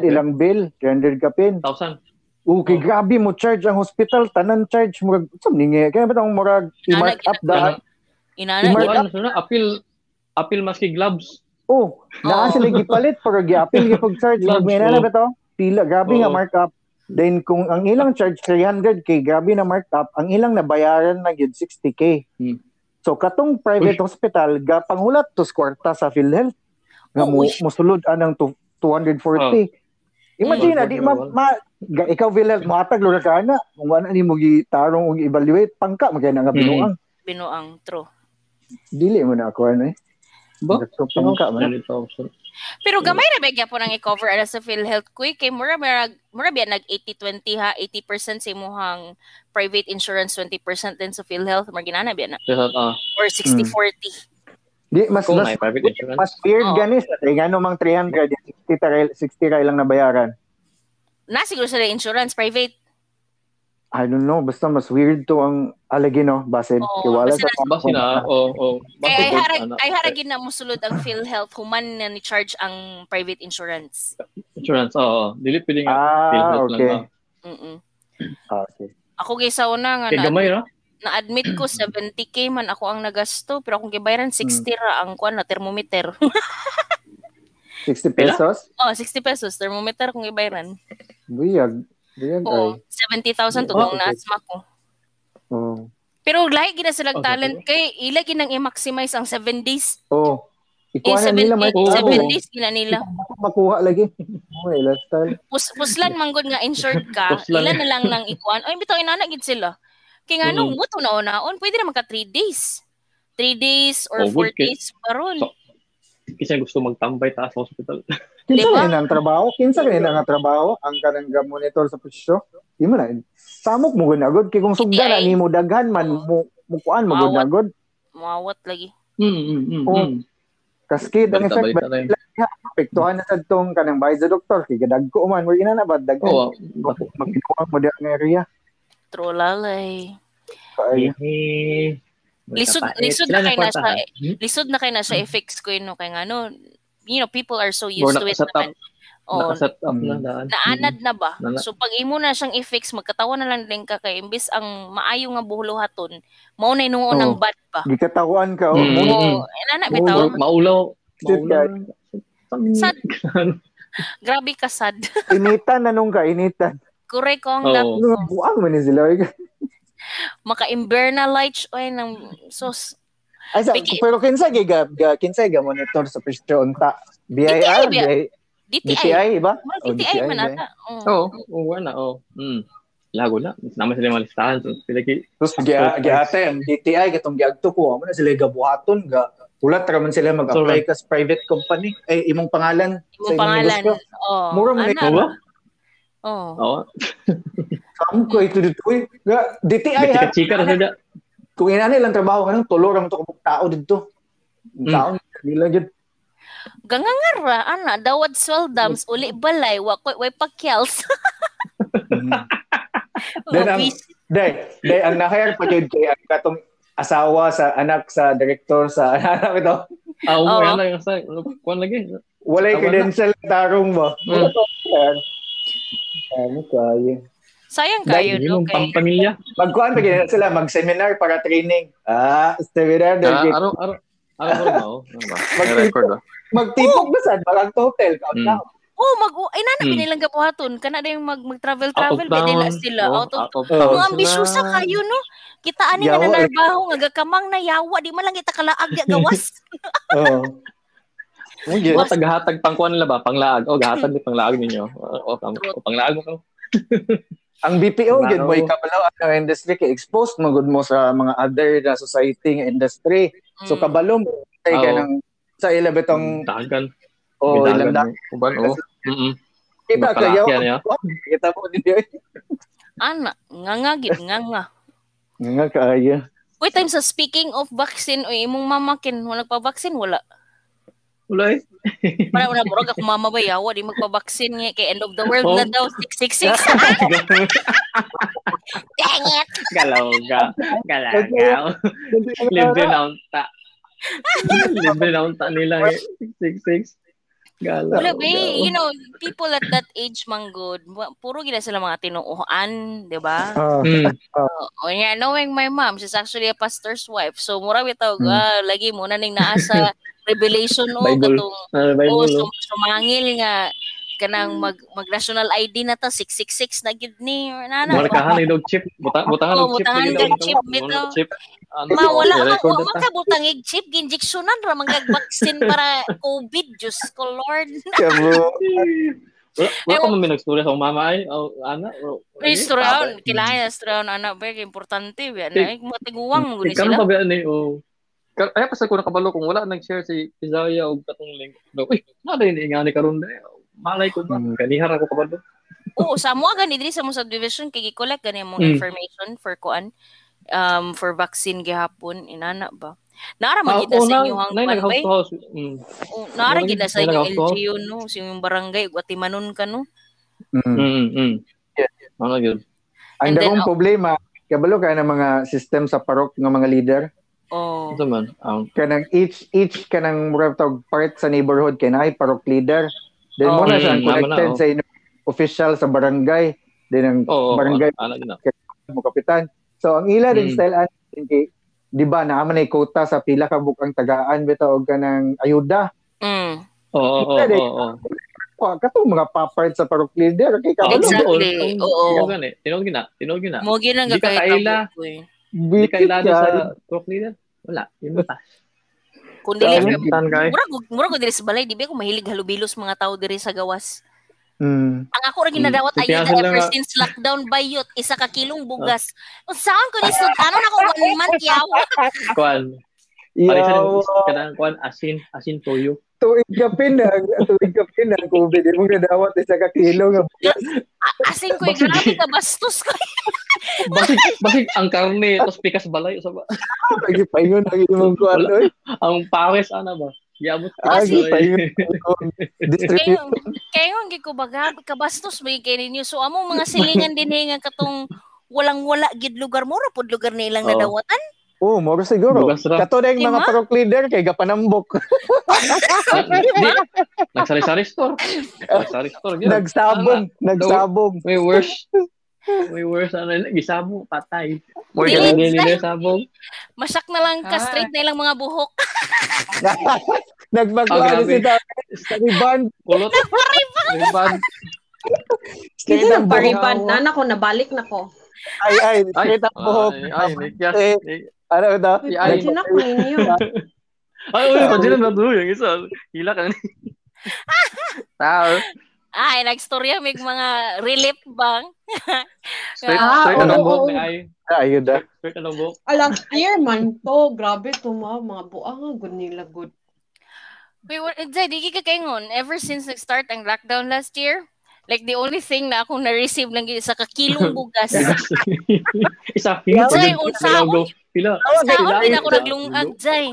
Ah, okay.
ilang bill, 300 kapin.
1,000.
Okay, grabe mo charge ang hospital, tanan charge murag sum ningi kaya ba tong murag i-mark up da.
Inana
Mark
Kuan, so na, Ano, appeal, apil maski gloves.
Oh, naa
Oo.
sila gipalit pero giapil gipag charge
Charge,
murag may na
oo.
ba to? Pila grabe nga
Oo.
mark up. Then kung ang ilang charge 300k, grabe na mark up, ang ilang nabayaran na gyud 60k.
Hmm.
So katong private hospital ga panghulat to kwarta sa PhilHealth. Nga
Oh,
mo ah,
uy.
musulod anang tu- 240.
Oh.
Imagine na, di ma, ma ga, ikaw Vilel, matag lura ka na. Kung ano ni mo gitarong og evaluate, pangka mo kaya na nga
Mm.
binuang.
binuang true.
Dili mo na ako ano eh.
Ba?
So, pangka mo na.
Ganito, so,
Pero
Hmm.
gamay ra bigya po nang i-cover ana sa PhilHealth quick kay mura mura mura biya nag 80-20 ha, 80% sa imong private insurance, 20% din sa PhilHealth marginana biya na
Kaya sa, ah,
Hmm.
or 60-40.
Di, mas,
kung
mas,
may eh, private insurance.
mas weird
Oo.
ganis. Eh, nga mang 300, 60 taray, 60 taray lang nabayaran.
Na siguro sa insurance private.
I don't know, basta mas weird to ang Alegino, basid.
Oo,
Kaya wala
basta ah.
sa
Ba sila? O, o.
Kaya ay Eh, harag
ano,
ano,
ay
eh.
haragin na musulod ang PhilHealth human na ni charge ang private insurance.
Insurance, oo. Dili pili nga.
Ah,
PhilHealth lang
okay.
na.
Mm.
Ah, okay.
Ako kay sa una nga
Kaya
na,
gamay ra.
admit
*clears throat*
ko 70k man ako ang nagasto pero akong gibayaran
Hmm.
60 ra ang kuan na thermometer. *laughs*
60
Pila?
pesos?
oh, 60 pesos thermometer kung gibayaran.
Buyag. Buyag
Oo,
ay.
70,000 to
Oh,
kung
okay.
naasma ko.
Oo.
Pero lahi gina
Oh,
silang talent kay ila ginang i-maximize ang 7 days.
Oh.
Eh,
Ikuha na
7,
nila, may
Oo.
sabi.
7 days gina nila.
Makuha lagi. *laughs* Okay, lifestyle.
Pus, puslan man gud nga insured ka,
*laughs* Puslan.
ila na lang nang ikuan. Ay bitaw inana gid sila. Kay nganong
Mm.
mm. buto na onaon, pwede na magka 3 days. 3 days or
Oh,
4
good kay-
days paron.
So- Kasi gusto magtambay ta sa hospital.
Kinsa
Diba?
diba? ang trabaho? Kinsa kanina nga trabaho? Ang kanang ga monitor sa presyo? Di mo na. Samok mo gunagod. Kaya kung sugda na
Ay.
ni mo daghan man, mo mukuan mo
Mawat.
gunagod.
Mawat lagi.
Mm, mm, mm,
Oo.
mm.
Kaskid ang effect.
Balita-balita na yun.
Apektuhan na sa tong kanang bayad sa doktor. Kaya dagko man. We're ina na ba? Daghan.
Oo.
Mag- Magkinuha mo dyan ang area.
Trolalay.
Kaya,
Eh,
Lisod-
kapait.
lisod
Sila
na kayo
kwarta,
nasa-
ha? Hmm?
Lisod na kay na siya i-fix ko yun, no, kay nga no, you know, people are so used
More
to it
nakaset up.
naman. Oo,
Nakaset up na
Mm.
daan.
naanad na ba?
Nana-
So pag imo na siyang i-fix, magkatawa na lang din ka kay imbis ang maayo nga buhuluhaton, mao na noon ang
Oo.
bad pa.
gikatawan
Oh.
ka.
Mm.
Mm.
Oo, inana
Mm.
bitaw.
Maulaw- Maulaw.
Shit,
Maulaw.
Sad.
Ano?
Grabe ka sad. *laughs*
Initan na nung ka.
*laughs*
Initan.
Correct ko ang
Oo.
dapat
Nung buang mo ni sila. oy.
maka-invernalize oy nang sos.
Ay, sa,
Bigi-
pero kinsa gi ga, ga kinsa ga monitor sa presyo unta. BIR,
DTI,
BIR,
DTI.
DTI, ba?
Murag
Oh,
DTI man
ba?
ata. Oh, Oo.
Oo. Oo, wala. Oo. Mm. Lago na. Naman sila yung mga listahan. So, sila ki-
Tapos
So,
gi- giate ang DTI katong giagto ko amo na sila gabuhaton ga ulat ra man sila mag-apply kas private company eh imong pangalan
Imong
imong
pangalan.
gusto.
Oo.
Mura man
ana. oh.
ikaw
ba?
Oo.
Oo.
Kamu ko ito dito uy. Ga DTI ha.
Chika-chika na sila.
Kung ina lang trabaho kanang tulo ra man to kabuk tao didto. Ang
Mm.
Tao nila gyud.
Gangangara, ana, dawad
Mm.
sweldams, uli balay, wakoy, way pakyals.
*laughs*
Mm-hmm.
Then um, ang- Day, day ang nakayar pa gyud kay ang katong asawa sa anak sa director sa *laughs* anak ito.
Ah, oo,
Oo.
wala yung sa- ano, kuwan lagi. Tama
Walay
na.
credential tarong mo.
Mm.
Ano kayo?
Sayang
Dahil
kayo,
yun
no?
yung
Kay,
pampamilya.
Magkuhan pa ganyan sila, mag-seminar para training. Ah,
Ah,
seminar
Ano,
dahil
araw, araw. Araw ko ba? oh? Ano ba? May
Mag-
record ba?
magtipog ba saan? Parang total, count
Mm.
down.
oh, mag, ay, nana,
Hmm.
binilang kapuhaton. Kana na yung mag,
Out of
mag-travel-travel,
town.
bedela sila.
Oo,
Out of
Oh, out of
Oo.
town
Mga
sila.
ambisyosa kayo, no? Kita ani nga
Yawa, eh.
nanarbaho, nga gakamang na yawa, di man lang kita kalaag, ya gawas.
Oo. Oh.
Mga
Yes.
tagahatag pang kuwan nila ba? Panglaag. Oh, gahatag ni panglaag ninyo. Oh, pang, oh, panglaag mo.
Ang BPO,
Wala
yun mo
ako.
ikabalaw ang industry kay exposed mo good mo sa mga other na society nga industry. *laughs* So
Mm.
kabalo mo kay ka
Oo.
ng sa ilabit ang
Dagan.
o oh, ilang
Dagan. Uban, oh. Mm-mm.
Kita ka
Mapalaki
yaw.
yan, yaw.
Kita mo din yun.
Ana, nga nga, gid, nga nga.
Nga kaya.
Wait, time sa speaking of vaccine, o imong mamakin, wala nagpa-vaccine, wala.
*laughs* Wala eh.
Para wala murag ako mama ba yawa, di magpa-vaccine nga, kay end of the world na
Oh.
daw,
*laughs*
666. Dang it!
Galaw ka. Galagaw. *laughs* Libre na unta. Libre na unta nila eh. 666. Galaw.
Wala ba,
oh.
eh, you know, people at that age, manggod, wa- puro gila sila mga tinuuhan, di ba?
Ah,
Mm.
O nga, knowing my mom, she's actually a pastor's wife. So, mura bitaw,
Hmm.
ah, lagi mo na ning naa
*laughs*
sa revelation o
Bible.
katong
Ah, Bible, Hmm. no?
o sum- sumangil nga kanang mag mag national ID na ta 666 na gid ni or na na.
Markahan ni dog chip. Buta, butangan
Oo,
og chip.
butangan
yun,
dog
no?
chip,
Ano,
bitaw.
Chip. Ano,
Ma wala man
i-record
wa
na
man
ta.
ka butang ig chip injectionan ra manggag vaccine para COVID just ko lord.
Kabo.
Wala, wala pa
Ewan-
man may nagstory sa akong mama ay. O, ana. o,
Please
ano,
round kilaya round ana ba kay importante ba na mo tiguwang gud
Ikaw
sila.
pa ba ano eh, o. Ka- Kaya pa sa ko nakabalo kung wala nag-share si Isaiah o katong link. No, uy, na rin ingani karon na. eh. Malay ko ba?
Mm.
Kanihar ako kabalo.
Oo, sa mo gani diri sa mo subdivision kay gi-collect gani mo
Mm.
information for kuan um for vaccine gihapon inana ba. Nara
Ah,
man gid na
oo,
sa
na-
inyo hang
na yung
kuan ba? eh?
nag-house to house. Mm.
Oh, naara
Meron
gid na
gid
sa
talaga
inyong
ako.
LGU no, sa inyong barangay, Guatimanon ka no.
Mm.
Mm, mm.
Yeah.
Ano yun?
Ang
And then,
dakong problema, kabalo ka ng mga system sa parok ng mga leader.
Oh.
Ito man. Um,
kanang each each kanang murag tawag part sa neighborhood kay naay parok leader then
Oh.
mo na siya
Mm,
connected
tama na, oh.
sa inyong official sa barangay then ang
Oo, oh,
barangay
ano yun na.
mo kapitan so ang ila din
Mm.
style an kay di ba naaman ay quota sa pila ka bukang tagaan bitaw og kanang ayuda
Mm.
Oo, oo,
Pwede.
oo, oo.
pa kato mga papart sa parok leader kay
Oo,
kabalo
Exactly.
doon.
Oo.
Tinog gani. Tinog gina. Tinog gina.
Mo gyud ang
Di ka kaila.
gakahitabo.
Di
bitit
ka ilado
ka.
sa talk leader. Wala. Yun ba?
Kun dili
Dili-
Tan kay.
mura gud mura gud diri sa balay, di ba ko mahilig halubilos mga tao diri sa gawas.
mm.
Ang ako ra ginadawat
Mm.
ayuda
Kaya
ever
lang- Ah.
since lockdown bayot, isa ka kilong bugas. Unsaon ko ni sud ano na ko one
*laughs*
month yaw.
Kuan. Parisan
Yaw,
kanang kuan asin asin toyo.
tuig ka pinag, tuig ka pinag, COVID, di mo gadawat isa ka kilo nga
Asing ko eh, grabe ka bastos ko.
Basig basig ang karne tapos pikas balay sa ba.
pagipaingon ang imong kwarto. eh.
Ang pares ana ba. Yabot
Ah,
Kasi-
gipaingon ang distribute
Kayo kayo gid ko baga kabastos may kay ninyo. So among mga silingan din eh, nga katong walang-wala gid lugar mo ra pod lugar na ilang
Oo.
nadawat
Oo, moro Oh, siguro.
Bugas ra.
Kato na yung mga
Diba?
parok leader kay
*laughs*
Gapanambok.
Di. Nagsari-sari store. Nagsari store. gyud.
nagsabong, nagsabong.
May worse. May worse ano yun. Gisabong, patay. More
Dili,
than
sir.
nila sabong.
Masak na lang ka straight na ilang mga buhok.
Nagmakuha
Ah,
na
grabe.
si David. Riban.
Kulot. Riban.
*laughs* Kaya
Ang
pariban,
buhok.
nana ko, nabalik na ko.
Ay, ay.
Ay,
Straight ang buhok.
Ay, ay, nikyas.
Eh. Ano ito?
Ay,
Imagine ako ninyo. *laughs*
Ay, uy, kandilan na doon yung isa. Hila ka na. Tao.
Ay, nagstorya mig mga relief bang.
Straight,
Ah,
straight na
oo,
ng buhok
oo.
ni Ay.
Ayun na.
Straight na ng *laughs* buhok.
Ah, Last year man to, grabe to ma, mga buang ah, good nila good.
Wait, what, Zay, di ka kaingon. Ever since nag-start ang lockdown last year, like the only thing na akong na-receive lang yun, isa ka
*laughs*
kilong bugas.
isa, hila
Unsay,
yun.
unsaon?
Logo. Hila.
Saon din
Ay,
ako
sa-
naglungag, Zay.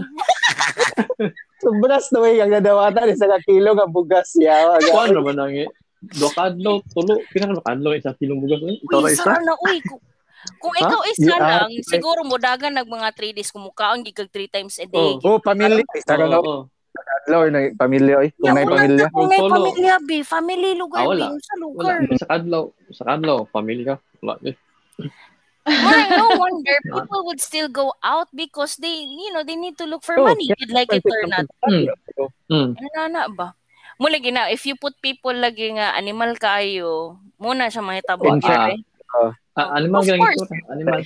Sobras na way ang nadawatan. Isa ka kilo nga bugas. Yawa.
Kuan naman ang eh. Dokadlo, tulo. Pinang dokadlo, isa kilong bugas. Uy, Ito na
Uy,
isa.
saan na, uy. Kung, kung
Ha?
ikaw isa
Yeah. ah,
lang, siguro mo dagan nag mga 3 days kumukaon, gig kag 3 times a day.
Oh, pamilya. Isa ka na.
Oo, oo.
Lord, na eh, pamilya. oy. Kung may
Nakulang
pamilya.
ka Kung may
Solo.
pamilya, be. Family lugar,
Ah, wala.
be. Sa
*laughs*
lugar.
Wala. Sa kadlaw. Sa kadlaw. Pamilya. Wala. eh.
Why? No wonder people would still go out because they, you know, they need to look for
Oh,
money. You'd like it or not.
Hmm.
Mm. Mm.
Ano na na ba? Mula gina, if you put people lagi nga animal kayo, muna siya mahitabo.
Ah.
gyud, eh.
Ah, animal
Of
galing
course.
ito. Animal.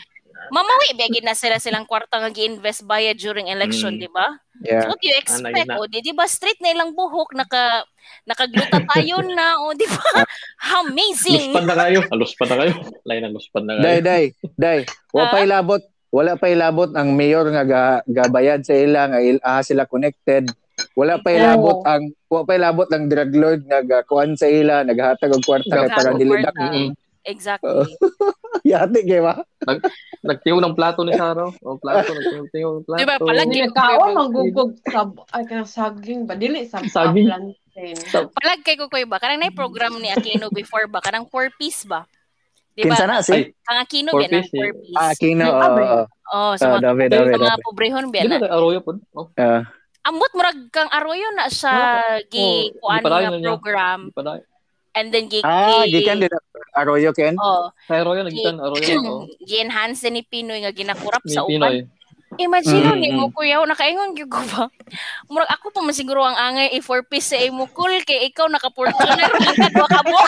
Mamawi ba gid na sila silang kwarta nga gi-invest baya during election,
Mm.
di ba? So
Yeah.
what do you expect?
yun na.
O di, di ba straight na ilang buhok naka nakagluta
*laughs*
tayo na, o di ba? Amazing.
Luspad na kayo. Ah, Luspad na kayo. Lain na luspad na kayo.
Day, day, day.
Ah?
Wa pa ilabot. Wala pa ilabot ang mayor nga ga- gabayad sa ila nga il- ah, sila connected. Wala pa ilabot
Oo.
ang wa pa ilabot ang drug lord nga gakuan sa ila, naghatag og kwarta kay
Naghatag
para
og
dili
kwarta.
dak
Mm-mm.
Exactly.
Oh.
yati kay ba?
Nagtiyo ng plato ni Saro. O plato, nagtiyo ng plato.
Diba, palagi-
Hindi nagkaon, magugog sab, ay ka saging ba? Dili sab
Saging?
plantain.
Palag kay ko ba? Kanang nay program ni Aquino before ba? Kanang four piece ba? Di ba?
Kinsa na
Ay,
si?
Ang Aquino
Four
ba na?
piece,
Four
eh.
piece.
Ah, kino.
Ay, abay.
oo, oo.
oh,
Ah,
sa mga,
dami,
sa
dami,
mga
dami.
pobrehon ba
Di ba
na?
tayo aroyo po? Oh,
Ah,
Ambot murag kang arroyo na sa gi
Oo,
kuan
gipadayon
nga
na niya.
program
Di pa dahil.
and then gi
Ah,
gi-
gikan din ang Arroyo Ken.
Oh,
Sa Arroyo, nagitan Arroyo
*clears throat*
ako.
gi-enhance ni Pinoy nga ginakurap
May
sa uban.
Pinoy.
Imagine
Mm,
Mm-hmm.
ni mo
mm.
kuya, oh, nakaingon gyud ko ba? *laughs* Murag ako pa man siguro ang angay i4 piece sa imo cool kay ikaw naka Fortuner ka wa ka
*laughs*
mo.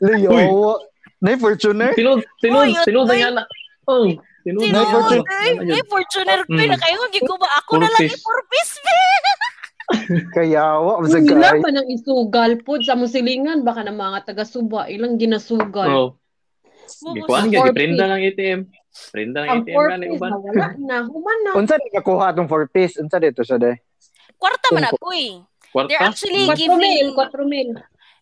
Leo. Nay Fortuner.
Tinud, tinud,
Uy, yun,
tinud na
uy.
niya na. Oh, tinud na
Tinuod,
niya na.
eh,
Ano yun?
eh, Fortuner ko
Mm.
nakaingon gyud ko ba ako
Four
na lang
piece.
i4 piece.
Kaya wa sa
Kung
guy.
ilang man ang isugal po sa musilingan, baka na mga taga-suba, ilang ginasugal.
Oh. Gikuan ka,
Four
giprinda
piece.
ng ATM. Prinda ng
Ang
ATM
four
na ni
piece
uban.
na wala na, human na.
Unsa ni nakuha tong four piece? Unsa dito sa day?
Kwarta man ako eh. They're
Kwarta.
actually
Mm.
4 mil, 4 mil.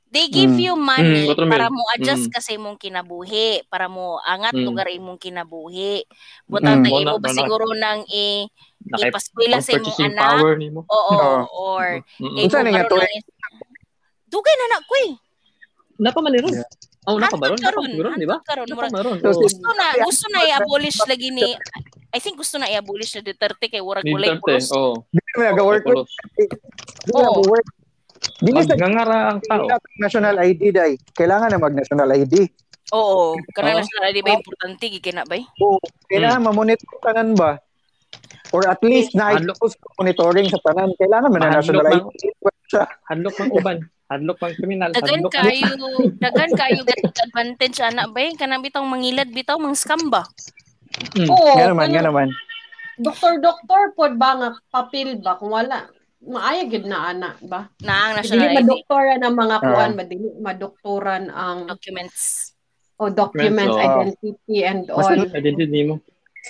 They give
Mm.
you money
Mm, watermelon.
para mo adjust
Mm.
kasi imong kinabuhi, para mo angat
Mm.
lugar imong kinabuhi.
Mm.
Butang tayo mo
Wala,
ba
wala.
siguro nang i
Nakay-
ipaskwela
ang
sa imong
purchasing
anak?
power ni mo. Mm,
Oo,
Oo.
or
Mm-mm.
kay
Unsa
mo
na nga
karon
to?
na- Dugay na na ko eh.
Napamaniron.
Yeah.
Oh, napamaron.
Hantod Ano karon,
Napamaron, di ba?
hantod karon, murag-
Napamaron.
So,
oo.
si-
Gusto na, gusto na i-abolish lagi ni I think gusto na i-abolish ni Duterte kay warag
Ni
walay
Duterte,
pulos.
oo.
Dili man nag-work ko. Dili
Oo.
na work. Dili sa
Magngangara ang tao.
dili na tong national ID day. Kailangan na mag national ID.
Oo,
Oo.
kanang national ID ba importante gigi na ba? eh?
Oo. Kailangan mamonitor tanan ba? Or at least na
Unlock.
expose monitoring sa tanan. Kailangan man na
Unlock
national
man.
ID. Siya.
Hadlok ng uban. Hadlok ng kriminal.
Dagan
Hadlok
kayo, dagan kayo gat advantage ana ba eh? kanang bitaw mangilad bitaw mang scam ba?
Oo,
Nga naman,
kanang-
nga naman.
Doktor-doktor po ba nga papel ba kung wala? Maaya gid na ana ba?
Na ang
Dili
national ID
madoktoran ang mga
Ah.
kuan, ba dili madoktoran ang
documents.
o documents,
Oo.
identity and all.
Mas-
Identity mo.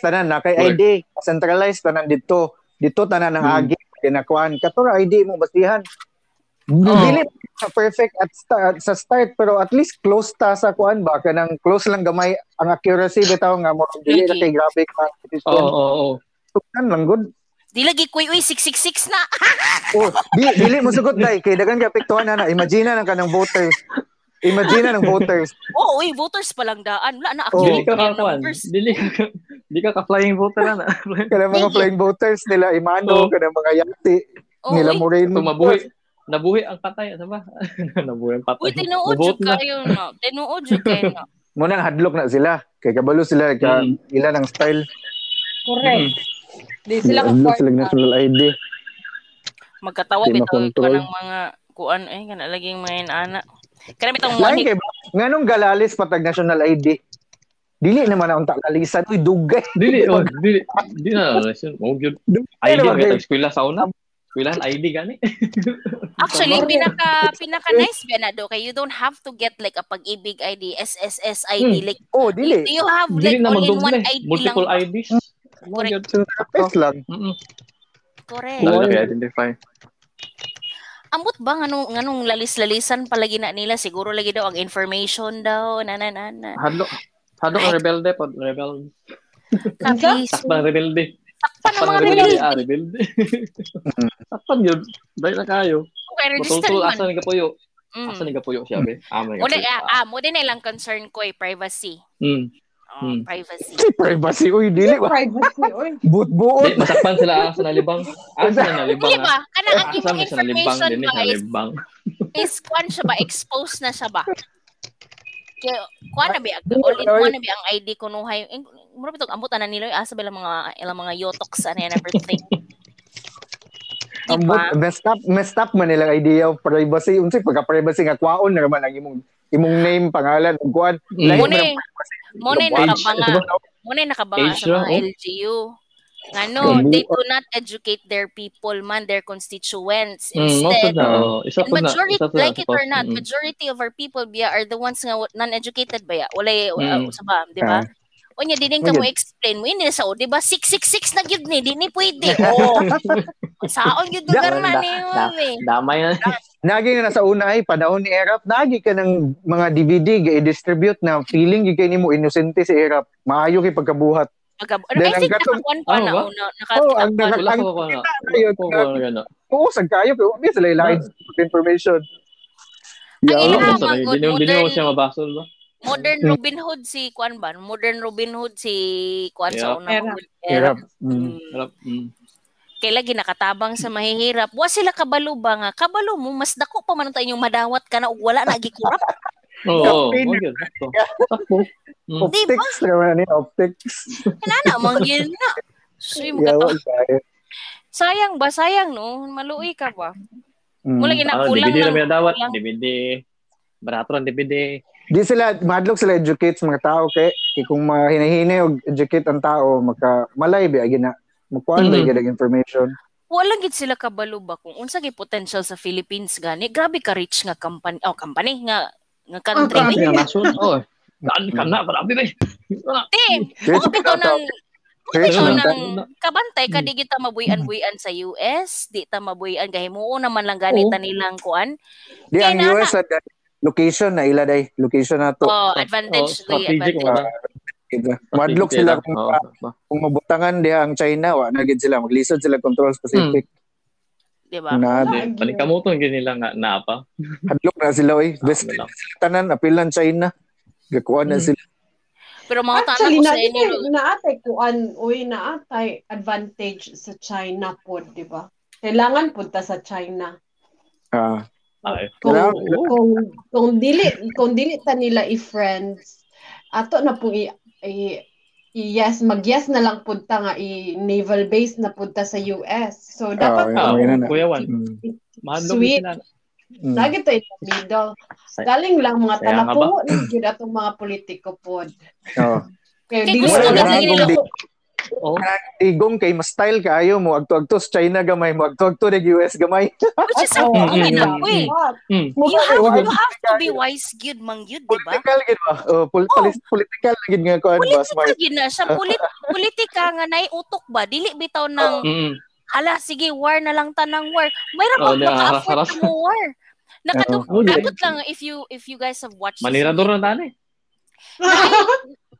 tanan na kay
Correct.
ID centralized tanan dito dito tanan ng
Hmm.
agi kinakuan katura ID mo basihan
Oh,
dili sa perfect at sta- sa start pero at least close ta sa kuan ba kanang close lang gamay ang accuracy bitaw nga mo dili na kay grabe ka
Oo, oo, oo.
Tugnan lang gud
Di lagi kuy uy 666 na.
oh di, dili mo sugot dai kay dagan ka apektuhan na na imagine na kanang voters imagine na ng voters
Oo, Oh, uy voters pa lang daan. Wala na
Oo.
Dili
accurate
ka
na yung
kakuan.
numbers.
*laughs* Dili ka, dili ka ka-flying voter *laughs* na.
kanang mga
Dili.
flying voters nila imano
Oo.
kanang mga yati
Oo, eh.
nila
Oh, uy.
mo rin
Ito, mabuhi. Nabuhi ang patay. Ano ba? *laughs* Nabuhi ang patay.
Uy, tinuod
Mabuhot
jud
na.
kayo na. Tinuod jud kayo na.
Munang hadlok na sila. Kay kabalo sila ka
Mm.
ila ng style.
Correct. Di sila
Sila
ka
hadlok sila
part-
national ID.
Magkatawa
Di
bitaw ka
makontrol.
ng mga kuan ay kana laging mga ana. Kana bitaw
Lain
money.
kay nganong galalis patag national ID. Dili naman ang tagalisan. Uy dugay.
Dili, oh, dili. Dili na oh, relation. Mo gyud.
Dugay
ID
naman
ba
kay.
tag eskwela sa una? Eskwelahan ID gani.
Actually,
Tama.
pinaka pinaka nice ba na do kay you don't have to get like a pag-ibig ID, SSS ID
Hmm.
like
Oh dili.
you have
Dili
like
na
only one
magdoble.
ID
Multiple Oh,
lang.
IDs. Mo
Correct.
gyud.
Face lang.
Mm.
Correct.
Dali na kay identify.
Ambot ba nganong nganong lalis-lalisan palagi na nila siguro lagi daw ang information daw na na na na.
Hadlok. Hadlok ang rebelde pod rebelde.
Kapi-
Takpan rebelde.
Takpan ang mga
Takpan rebelde.
rebelde.
Ah, *laughs* rebelde. Takpan yun. Dahil na kayo.
Okay, register
Matultul
man.
asa ni Kapuyo.
Mm.
Asa ni Kapuyo siya, be? Ah, may
Muna,
Kapuyo.
ah, ah, muna na lang concern ko eh, privacy.
Mm.
Oh,
Mm.
privacy.
Si privacy. Uy dili ba.
Privacy, oy.
Di,
Butbuot.
masakpan sila ah, sa nalibang. Ah, sa nalibang.
Dili
ah.
ba? Kana ang
Ah, sa
imong
may sa nalibang
information
din eh,
ba is,
nalibang.
is kwan siya ba? Exposed na siya ba? Kaya, kwan na ba?
Dili,
All in
Lord.
one na ba ang ID ko nuhay? Eh, Mura bitog, ambot na nila. Asa ba lang mga, ilang mga yotoks ano and everything.
Ambot messed up messed up man nila idea of privacy. Unsay pagka privacy nga kwaon na naman ang imong imong name, pangalan, ug kuan.
Mm.
Lain
Muna, eh.
man ang-
muna yung
Page,
nakabanga.
diba?
Muna yung nakabanga
Page
sa mga
lang, oh.
LGU.
Mm.
Ano, they do not educate their people man, their
Mm,
constituents.
most
Instead,
of na. oh. Isa
And
po na.
majority,
isa po na,
like it or
suppose.
not,
Mm.
majority of our people biya are the ones nga wa- non-educated ba ya? Wala mm. uh,
Mm.
sa ba, di ba? O niya, dinin ka
Ngayon.
mo explain mo, yun sa, o, di ba, 666 na yun ni, di
*laughs*
ni pwede. Oh. Oo. Saon yun
Da-
lugar na
da-
ni,
da-
mami.
Damay na.
Nagi na nasa una ay panahon ni Erap, nagi ka ng mga DVD ga i-distribute na feeling gyud kay nimo innocente si Erap. Maayo kay pagkabuhat.
Magab-
Then
I
ang
think
gatong-
nakakuan pa
Ano
na
ba?
una. Naka,
Oh, ang
nakakuan.
Wala
ang
ko ko na.
yun.
Ko ko na gano'n.
tuusan kayo pero wala sila ilahin sa information.
Ang
Wala
ilang-
ko
Yeah. oh,
sa
mga
Hindi mo- hindi mo
modern-
siya mabasol ba?
modern
Mm.
Robin Hood si Kwan ba? Modern Robin Hood si Kwan sa
Yeah.
una.
Era.
Era.
Erap. Mm.
Mm.
Harap. Mm.
kay lagi nakatabang sa mahihirap wa sila kabalo ba nga kabalo mo mas dako pa man ang tayong madawat ka na ug wala na gikurap
Oo, oo.
Kapin.
Huwag yun. Sakto. Sakto. Mm.
Optics naman ni optics.
inana man gyud na so yung
Yeah, oh,
mga to-
wala tayo.
sayang ba sayang no maluoy ka ba
Mm.
mula
Ah,
ginakulang
DVD na may
lang
dawat.
kulang.
DVD. Barato ng DVD.
Di sila, madlok sila educate sa mga tao kay, kay kung mahinahinay o educate ang tao, maka, malay ba, gina, magkuhan ba,
Mm.
gina information.
wala gid sila kabalo ba kung unsa gyud potential sa Philippines gani grabe ka rich nga company oh company nga nga country
Ah,
ni
grabe.
Kaya
*laughs*
nasun. Oo. Daan ka na. Grabe na. Wala.
Tim
Rich
Kung
ka
bitaw
tao.
ng kung bitaw
Kaya
ng kabantay ka
Mm.
di kita mabuyan-buyan
Mm-hmm.
sa US, di ta mabuyan gahimuo naman lang ganita nilang kuan.
Di,
Kaya
ang
na-
US, na, location na ila day. Location na to.
Oh, advantage
Oo,
to
strategic
advantage.
nga.
Diba? Madlok sila kung,
Oo.
kung mabutangan diha ang China, wa na gid sila. Maglisod sila controls Pacific.
Di Mm. ba?
Na,
Hindi, Panikamuton yun nila nga na pa.
hadlok na sila, oy. Best
Ano lang.
tanan, apilan China. Gakuha na
Mm.
sila.
Pero mga tanong
Actually,
ko
na,
sa
*laughs*
inyo,
naatay kuan, uy, naatay advantage sa China po, di ba? Kailangan punta sa China.
Ah,
Ay.
Kung,
Kailangan-
kung, kung dili, kung dili ta nila i-friends, ato na pong i, i- i-yes, mag-yes na lang punta nga i-naval base na punta sa US. So, dapat
yeah,
Ah,
oh,
yun na.
Kuya Wan.
Mm.
Mahalo
Sweet.
sila.
Mm.
lagi tayo sa middle. Daling lang mga
Kaya nga ba?
talapo, nandiyan atong mga politiko po.
Oo.
Kaya
Kay
dili
gusto
na
na
lang
nila
nila
ko-
ko
Oo.
Igong kay mas style kaayo mo agto-agto sa China gamay mo agto-agto ng US gamay.
which is ang
Oh,
mm,
pangin
mm,
ako eh.
Mm.
You have, ano?
Wa-
you have to be wise gyud mang gyud, di
*laughs*
ba?
Political gid ba? Oh, pol-
Oh.
polis- political na gid nga kuan ba
Politika
smart.
gyud na siya.
*laughs*
Polit- politika nga naiutok ba? Dili bitaw ng,
Mm.
hala, sige, war na lang tanang war. Mayroon
Oh,
pang
na, Oh,
maka-afford
haras-haras. *laughs*
na mo war. Nakadung,
Oo, di.
dapat lang if you if you guys have watched
Manirador na eh. tani.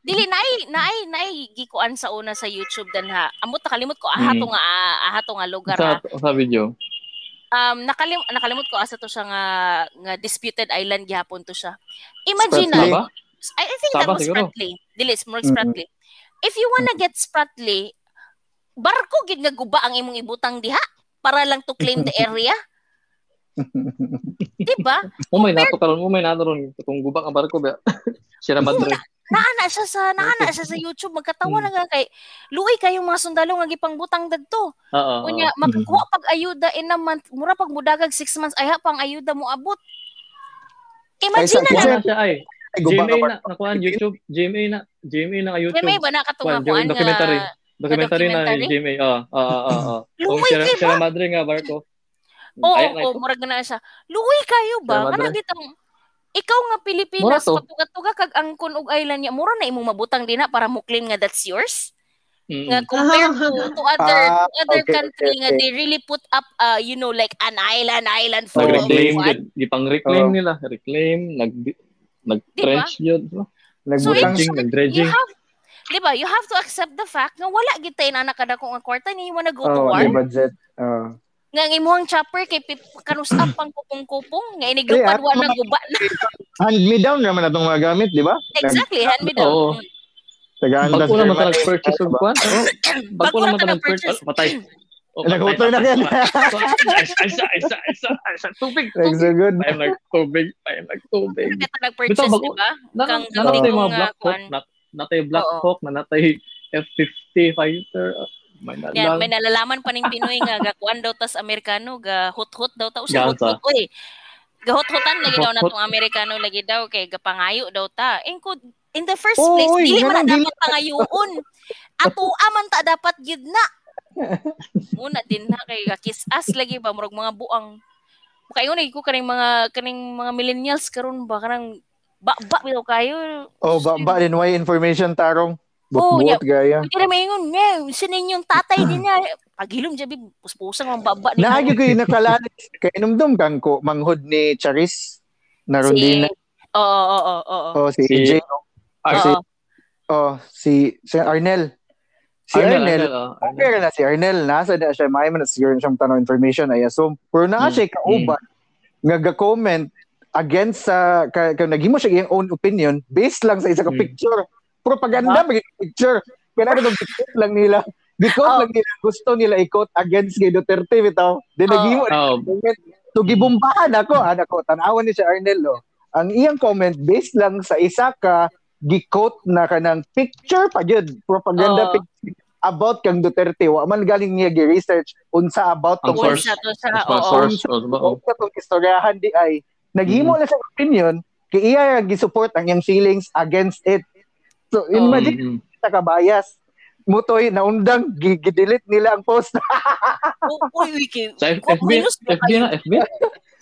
Dili naay naay naay gikuan sa una sa YouTube dan ha. Amot nakalimot ko ahato nga ahato nga lugar ha.
Mm. Sa, sa video.
Um nakalim nakalimot ko asa to siya nga nga disputed island gihapon to siya. Imagine
Spratly.
na,
Diba?
I, I think that
Sabah
was
siguro.
Spratly. Dili it's more
Mm.
Spratly. If you wanna get Spratly, barko gid nga guba ang imong ibutang diha para lang to claim the
*laughs*
area, Diba? di ba?
Oh, may nato karon mo, may nato ron. Itong gubak ang barko ba? *laughs* Sira Madre.
Naana siya sa naana siya sa YouTube magkatawa na nga kay luoy kayong mga sundalo nga gipangbutang dadto.
Oo. oo.
Kunya, makakuha pag ayuda in a month, mura pag mudagag six months, ay ha, pang ayuda mo abot. Imagine
Kuha
Ay,
na lang,
na siya ay.
Ay, guba
GMA
ka ba?
na, nakuhaan YouTube. GMA na. GMA na ka
may may
YouTube.
ba
Kuhaan, yung
nakatungakuan
documentary.
nga,
Documentary na
documentary?
ni GMA. Oo. Oo. oo,
*laughs*
Oo. Kung
Lumoy
Sira,
kayo ba?
Sira Madre nga barko.
oo, oh,
Ayan na ito.
oh, murag na siya. Luwi kayo ba?
Kaya
Kana
madre.
ditang, ikaw nga
Mura
Pilipinas,
to.
patuga-tuga kag angkon og island niya, mura na imong mabutang din na para mo claim nga that's yours.
Mm-mm.
Nga compared to,
*laughs*
to other
Ah,
to other
okay,
country
okay,
nga
okay.
they really put up uh, you know like an island island full of
Nag-reclaim
what?
yun. Di pang reclaim
Oo.
nila. Reclaim. Nag nag-trench yun.
Nagbutang
Nag-dredging.
You
Nag-dredging.
have, di ba, you have to accept the fact nga wala gid tayo na nakadakong ang kwarta ni you wanna go to
oh,
war.
diba?
ano budget. Oh.
Nga ang imuhang chopper kay pip,
*clears throat*
kanusap pang kupong-kupong nga iniglupad
Eh,
wa na
*laughs*
guba na.
Hand me down naman atong mga gamit, di ba?
Exactly, hand me down.
Oo.
Mm.
Tagaan
Bago naman
Germany.
talag purchase of kwan.
ano?
Oh, bago
Bago
naman
na
talag
purchase.
purchase. Patay. Oh,
Nag-hotel na
patay,
yan.
patay. Isa, isa, isa, isa. Tubig,
Like
tubig.
so good.
Payam nagtubig. Payam nagtubig.
Kaya ka diba? nag-purchase,
Bitaw, bago-
di ba? Kang- kang
Nakatay
ligong,
mga
ah,
Black Hawk.
kwan.
nat- Natay Black
Oo.
Hawk. Natay F-50 fighter. Oh, May
Yan, may
nalang.
nalalaman pa ning Pinoy nga gakuan daw tas Amerikano, gahot-hot daw ta usa
Gansa.
hot-hot oy. Gahot-hotan lagi daw na
Hot-hot.
tong Amerikano lagi daw kay gapangayo daw ta. In, in the first
Oo,
place,
oy,
dili
ganun,
man na
dili.
dapat pangayoon.
*laughs*
Ato aman ta dapat gid na. Muna din na kay kiss ass lagi ba murag mga buang. Kayo na ko kaning mga kaning mga millennials karon ba kanang ba-ba bitaw kayo.
Oh, ba, ba din why information tarong.
Oh, yeah.
Bot-bot gaya.
Pwede na maingon, "Mew, sinin yung tatay din
*laughs*
niya. Pagilom, jabi, puspusan ang baba ni
Naagi ko yung nakalala. Kaya numdum kang ko, manghod ni Charis. Naroon din na.
Oo, oo, oo, oo.
Oh, si,
Si-
Jay.
Ar-
Oo.
Oh, si, si Arnel. Si
Arnel,
Arnel.
Arnel, oh, Arnel.
Okay na si Arnel. Nasa na siya. May man na siguro siyang tanong information. I assume. Pero
Mm.
na siya kauban. Nga-comment against sa ka, ka, naghimo siya iyang own opinion based lang sa isa ka
Mm.
Ah.
picture. Propaganda ba yung picture? Kaya na picture lang nila. Because
Oh.
lang nila gusto nila i-quote against kay Duterte bitaw. Then
Oh.
naghimo
Oh,
comment to gibumbahan ako anak ko tanawan ni si Arnel oh. ang iyang comment based lang sa isa ka gi-quote na kanang picture pa jud propaganda
Oo.
picture about kang Duterte wa man galing niya gi-research unsa about
Ang
to
Kung
source.
sa to sa,
mas
Ah, oo.
source. Oh, diba? Oh.
unsa tong istoryahan di ay
Mm.
naghimo lang sa opinion kay iya nga gisupport ang iyang feelings against it so
Oo.
Mm-mm.
imagine sa kabayas mutoy naundang gi- gi-delete nila ang post
Oh, Uy, Wiki.
*laughs*
Sa F- FB,
Minus na
FB na, FB.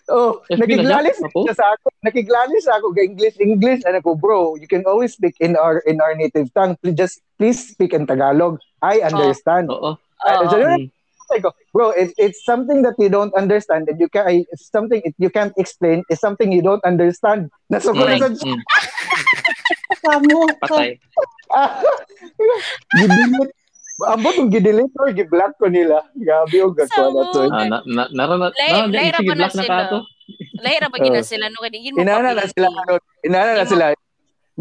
Oh,
Eh,
nakiglalis
pinadyak ako.
siya sa ako. Nakiglalis ako kay English English ano ko bro. You can always speak in our in our native tongue. Please just please speak in Tagalog. I understand.
Oo.
Uh,
Oo.
oh, Mm.
ko, bro, it, it's something that you don't understand and you can I, it's something it, you can't explain. It's something you don't understand. Nasuko na sa
Mm, mm.
Kamu.
Patay.
*laughs* gidelete. Ambot kung gidelete or giblock ko nila. Grabe og gagawin na to.
Sama.
Ah, na, na, naran na,
Lay-
naran na,
layra
sige,
pa na
black na
sila.
ka to.
Lahira ba gina
Oh.
sila? No, kaya yun mo
Inana na
papiliin.
sila ano, inana na
Hindi mo-
sila.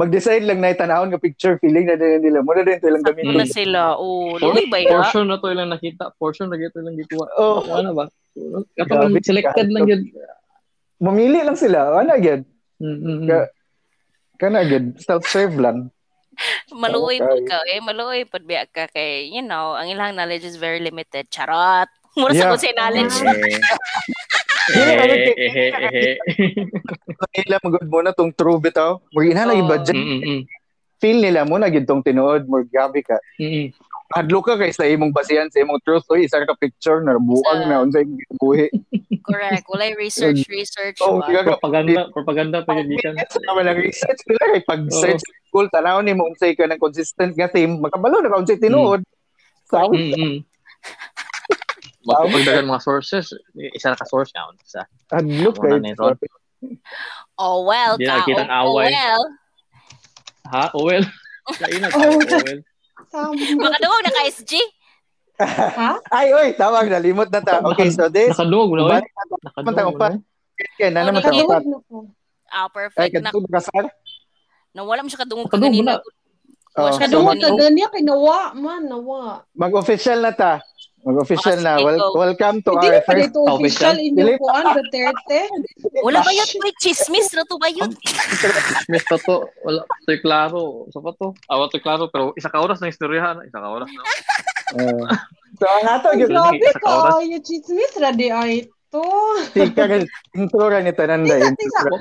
Mag-decide lang na itanahon nga picture feeling na din nila. Muna din ito lang
Sakto na
gamitin.
sila. Oh,
Por-
luloy ba ya?
Portion na to ilang nakita. Portion na gito ilang gikuha.
Oh,
Ano na ba? Katong
Grabe,
selected
grabe.
lang yun.
mamili lang sila. Ano agad?
Mm, mm, mm.
Ka- Kana agad. Self-serve lang.
Maluoy po
Okay.
ka. Eh, maluoy po biya ka. Kay, you know, ang ilang knowledge is very limited. Charot. *laughs* Mura
Yeah.
sa
*laughs*
kung knowledge.
Ano,
Eh, eh, eh, eh,
Nila magod muna tong true bitaw. Murag ina
Oh.
lagi budget.
Mm, mm, mm.
Feel nila muna gid tong tinuod. Murag gabi ka.
Mm, mm.
Hadlo ka kay sa imong basihan, sa imong truth. Uy, isa ka picture na buang na. Unsa yung kuhi.
Correct. Walay research, research.
Oh,
ba?
gaga.
Propaganda, propaganda pa yun. Gikan.
Sa Oh. wala research nila kay pag search sa Google tanaw ni mo unsay ka ng consistent nga team makabalo na ka unsay tinuod. Sawi
Mm, mm. Magpapagdagan mga sources. Isa na ka source na. Isa.
hadlo
Wala
kay.
na yun, Rod.
Oh, well,
Di
ka.
nakita ang
Oh,
away.
well. *laughs*
Ha? Owel? Kainag.
*laughs*
Oh.
Owel.
Kamu.
Baka duwag na ka, SG.
Ha?
Ay oy, tawag nalimot na ta. Okay, so this
Nakadungog na, oy.
Balik na
Nakadungog
Upat.
na.
kay na naman
Nakadungog.
upat.
Nakatulog na po.
Ah,
Ano Ay,
perfect. Na,
kadto ka sar.
nawala mo siya kadungog ka
Kadungog
ganina.
na.
Oh,
Oh,
siya
so
kadungog
Kadungog
na.
na ganyan kay nawa man, nawa.
Mag-official na ta. Mag-official
Oh,
na.
sige,
Wel-
go.
welcome to
Hindi
our
pa
first eh.
dito official
official.
inyo po ang Duterte.
Wala ba yun? May chismis na to ba yun?
Miss pa to. Wala. Ito'y klaro. Isa pa to. Awa to'y klaro. Pero isa ka oras na istorya. na. Isa ka oras na.
Uh, *laughs* so, ang ato,
Ay,
yung
grabe
Sa
ka.
oras.
Ay, yung chismis, radi ay ito.
tika rin. Intro ra ni Tananda.
Tika, tika.